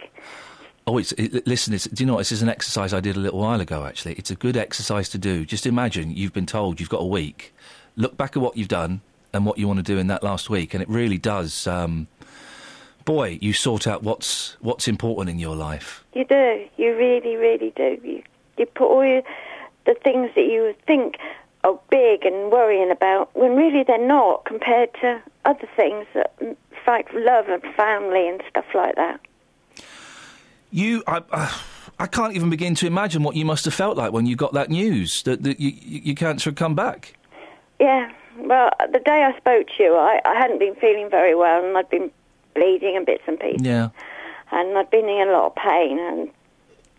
Oh, it's, it, listen, it's, do you know what? This is an exercise I did a little while ago, actually. It's a good exercise to do. Just imagine you've been told you've got a week. Look back at what you've done and what you want to do in that last week. And it really does, um, boy, you sort out what's, what's important in your life. You do. You really, really do. You you put all your, the things that you think are big and worrying about when really they're not compared to other things that mm, like love and family and stuff like that. You, I, I, I can't even begin to imagine what you must have felt like when you got that news that, that you, you, your cancer had come back. Yeah. Well, the day I spoke to you, I, I hadn't been feeling very well, and I'd been bleeding and bits and pieces. Yeah. and I'd been in a lot of pain, and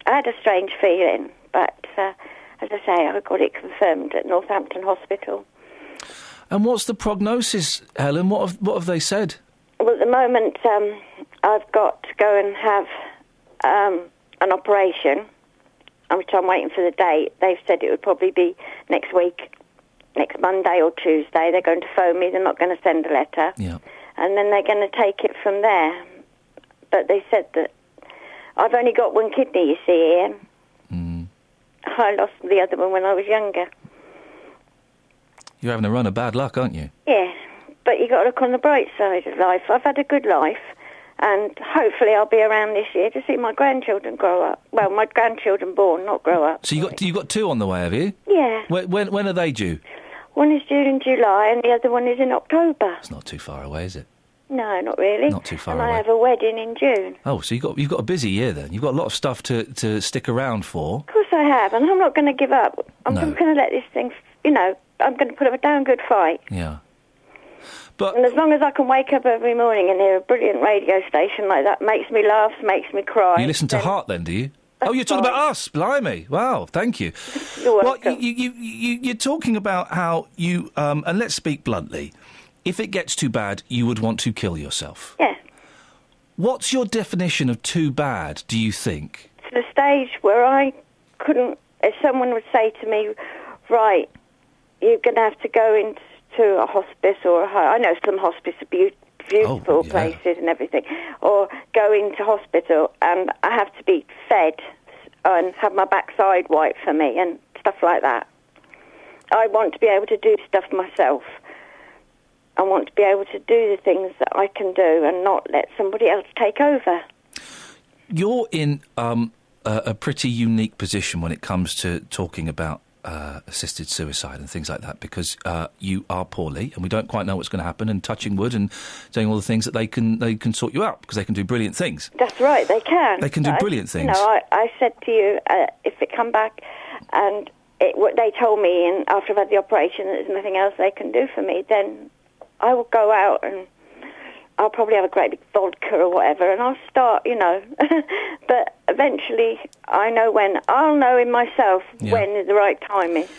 I had a strange feeling. But uh, as I say, I got it confirmed at Northampton Hospital. And what's the prognosis, Helen? What have, what have they said? Well, at the moment, um, I've got to go and have um, an operation, and which I'm waiting for the date. They've said it would probably be next week, next Monday or Tuesday. They're going to phone me. They're not going to send a letter. Yeah. And then they're going to take it from there. But they said that I've only got one kidney, you see, Ian. I lost the other one when I was younger. You're having a run of bad luck, aren't you? Yeah, but you got to look on the bright side of life. I've had a good life, and hopefully I'll be around this year to see my grandchildren grow up. Well, my grandchildren born, not grow up. So you got you got two on the way, have you? Yeah, When when, when are they due? one is due in July, and the other one is in October. It's not too far away, is it? No, not really. Not too far and away. I have a wedding in June. Oh, so you got you've got a busy year then. You've got a lot of stuff to, to stick around for. Of course I have, and I'm not going to give up. I'm No. not going to let this thing, you know, I'm going to put up a damn good fight. Yeah. and as long as I can wake up every morning and hear a brilliant radio station like that, makes me laugh, makes me cry. You listen to Heart then, do you? Oh, you're talking about us, blimey! Wow, thank you. [LAUGHS] You're welcome. Well, you, you, you, you're talking about how you, um, and let's speak bluntly. If it gets too bad, you would want to kill yourself. Yeah. What's your definition of too bad? Do you think? to the stage where I couldn't. If someone would say to me, "Right, you're going to have to go into a hospice or a ho I know some hospice are beau- beautiful places and everything, or go into hospital and I have to be fed and have my backside wiped for me and stuff like that. I want to be able to do stuff myself. I want to be able to do the things that I can do and not let somebody else take over. You're in um, a, a pretty unique position when it comes to talking about uh, assisted suicide and things like that because uh, you are poorly and we don't quite know what's going to happen. And touching wood and doing all the things that they can they can sort you out because they can do brilliant things. That's right, they can. They can do brilliant I, things. You know, I, I said to you, uh, if it come back, and it, what they told me, and after I've had the operation, that there's nothing else they can do for me, then I will go out and I'll probably have a great big vodka or whatever, and I'll start, you know. [LAUGHS] but eventually, I know when. I'll know in myself Yeah. when the right time is.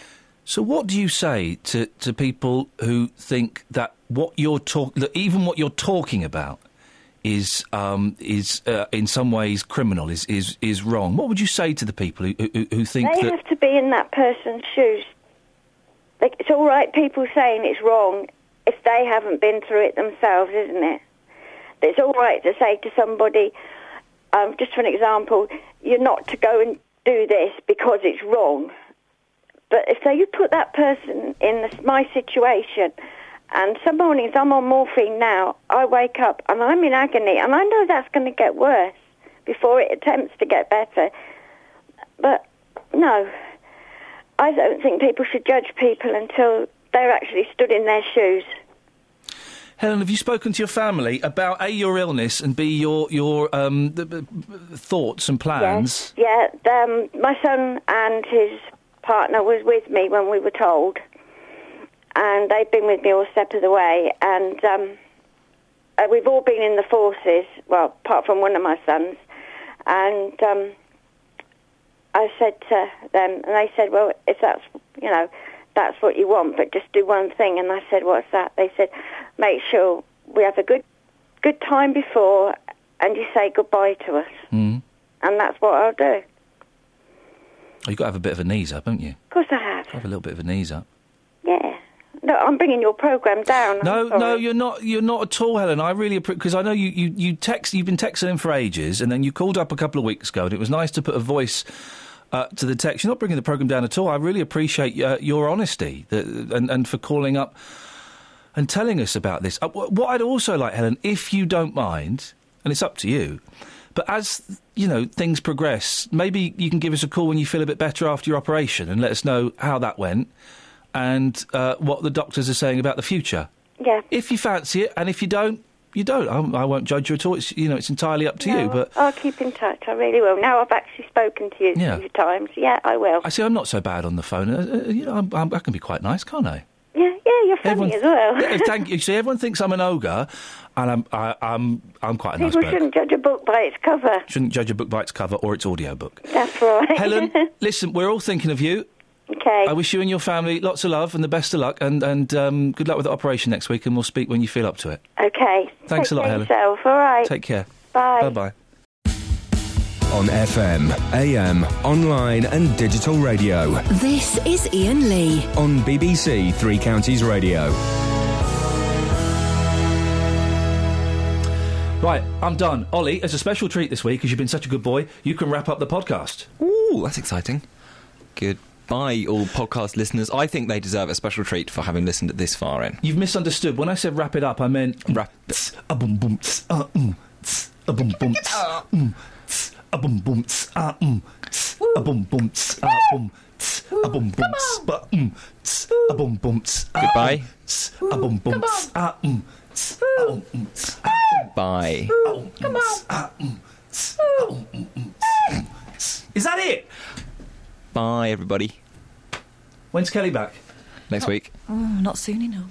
So, what do you say to, to people who think that what you're talk, that even what you're talking about, is um, is uh, in some ways criminal, is, is is wrong? What would you say to the people who who, who think they that? have to be in that person's shoes. Like, it's all right people saying it's wrong if they haven't been through it themselves, isn't it? It's all right to say to somebody, um, just for an example, you're not to go and do this because it's wrong. But if they, you put that person in this, my situation, and some mornings I'm on morphine now, I wake up and I'm in agony, and I know that's going to get worse before it attempts to get better. But no, I don't think people should judge people until they're actually stood in their shoes. Helen, have you spoken to your family about a your illness and b your your um, the, the- thoughts and plans? Yeah, um, my son and his partner was with me when we were told, and they've been with me all step of the way. And um, uh, we've all been in the forces, well, apart from one of my sons. And um, I said to them, and they said, "Well, if that's you know, that's what you want, but just do one thing." And I said, "What's that?" They said, "Make sure we have a good good time before, and you say goodbye to us." Mm. and that's what I'll do. Of Oh, you've got to have a bit of a knees up, haven't you? course I have. Have a little bit of a knees up. Yeah. No, I'm bringing your program down. No, no, you're not. You're not at all, Helen. I really appreciate because I know you, you, you text. You've been texting him for ages, and then you called up a couple of weeks ago, and it was nice to put a voice uh, to the text. You're not bringing the program down at all. I really appreciate uh, your honesty that, and and for calling up and telling us about this. Uh, wh- what I'd also like, Helen, if you don't mind, and it's up to you, but as you know things progress, maybe you can give us a call when you feel a bit better after your operation, and let us know how that went. And uh, what the doctors are saying about the future. Yeah. If you fancy it, and if you don't, you don't. I'm, I won't judge you at all. It's you know, it's entirely up to you. But I'll keep in touch. I really will. Now I've actually spoken to you Yeah. a few times. Yeah, I will. I see, I'm not so bad on the phone. Uh, uh, you know, I'm, I'm, I can be quite nice, can't I? Yeah, yeah, you're funny Everyone- as well. [LAUGHS] Yeah, thank you. you. See, everyone thinks I'm an ogre, and I'm I, I'm I'm quite a nice People bloke. shouldn't judge a book by its cover. Shouldn't judge a book by its cover or its [LAUGHS] audio book. That's right. Helen, listen, we're all thinking of you. Okay. I wish you and your family lots of love and the best of luck, and and um, good luck with the operation next week. And we'll speak when you feel up to it. Okay. Thanks Take a lot, care Helen. Yourself. All right. Take care. Bye. Bye bye. On FM, AM, online and digital radio. This is Ian Lee. On BBC Three Counties Radio. Right, I'm done. Ollie, as a special treat this week, because you've been such a good boy, you can wrap up the podcast. Ooh, that's exciting. Goodbye, all podcast listeners. I think they deserve a special treat for having listened this far in. You've misunderstood. When I said wrap it up, I meant wrap. A boom boom. tss, ah, mm, tss, A boom boom. tss, mm, tss, A boom boom. tss, ah, mm, tss, A boom boom. tss, ah, boom, tss, A boom boom. tss, ba, mm, tss, A boom boom. tss, ah, Goodbye. mm, tss, A boom boom. tss, ah, mm, tss, ah, mm, mm, tss, ah, Bye. mm, tss, ah, mm, tss, ah, mm, mm, mm, tss, mm, tss. Is that it? Bye, everybody. When's Kelly back? Next week. Oh, not soon enough.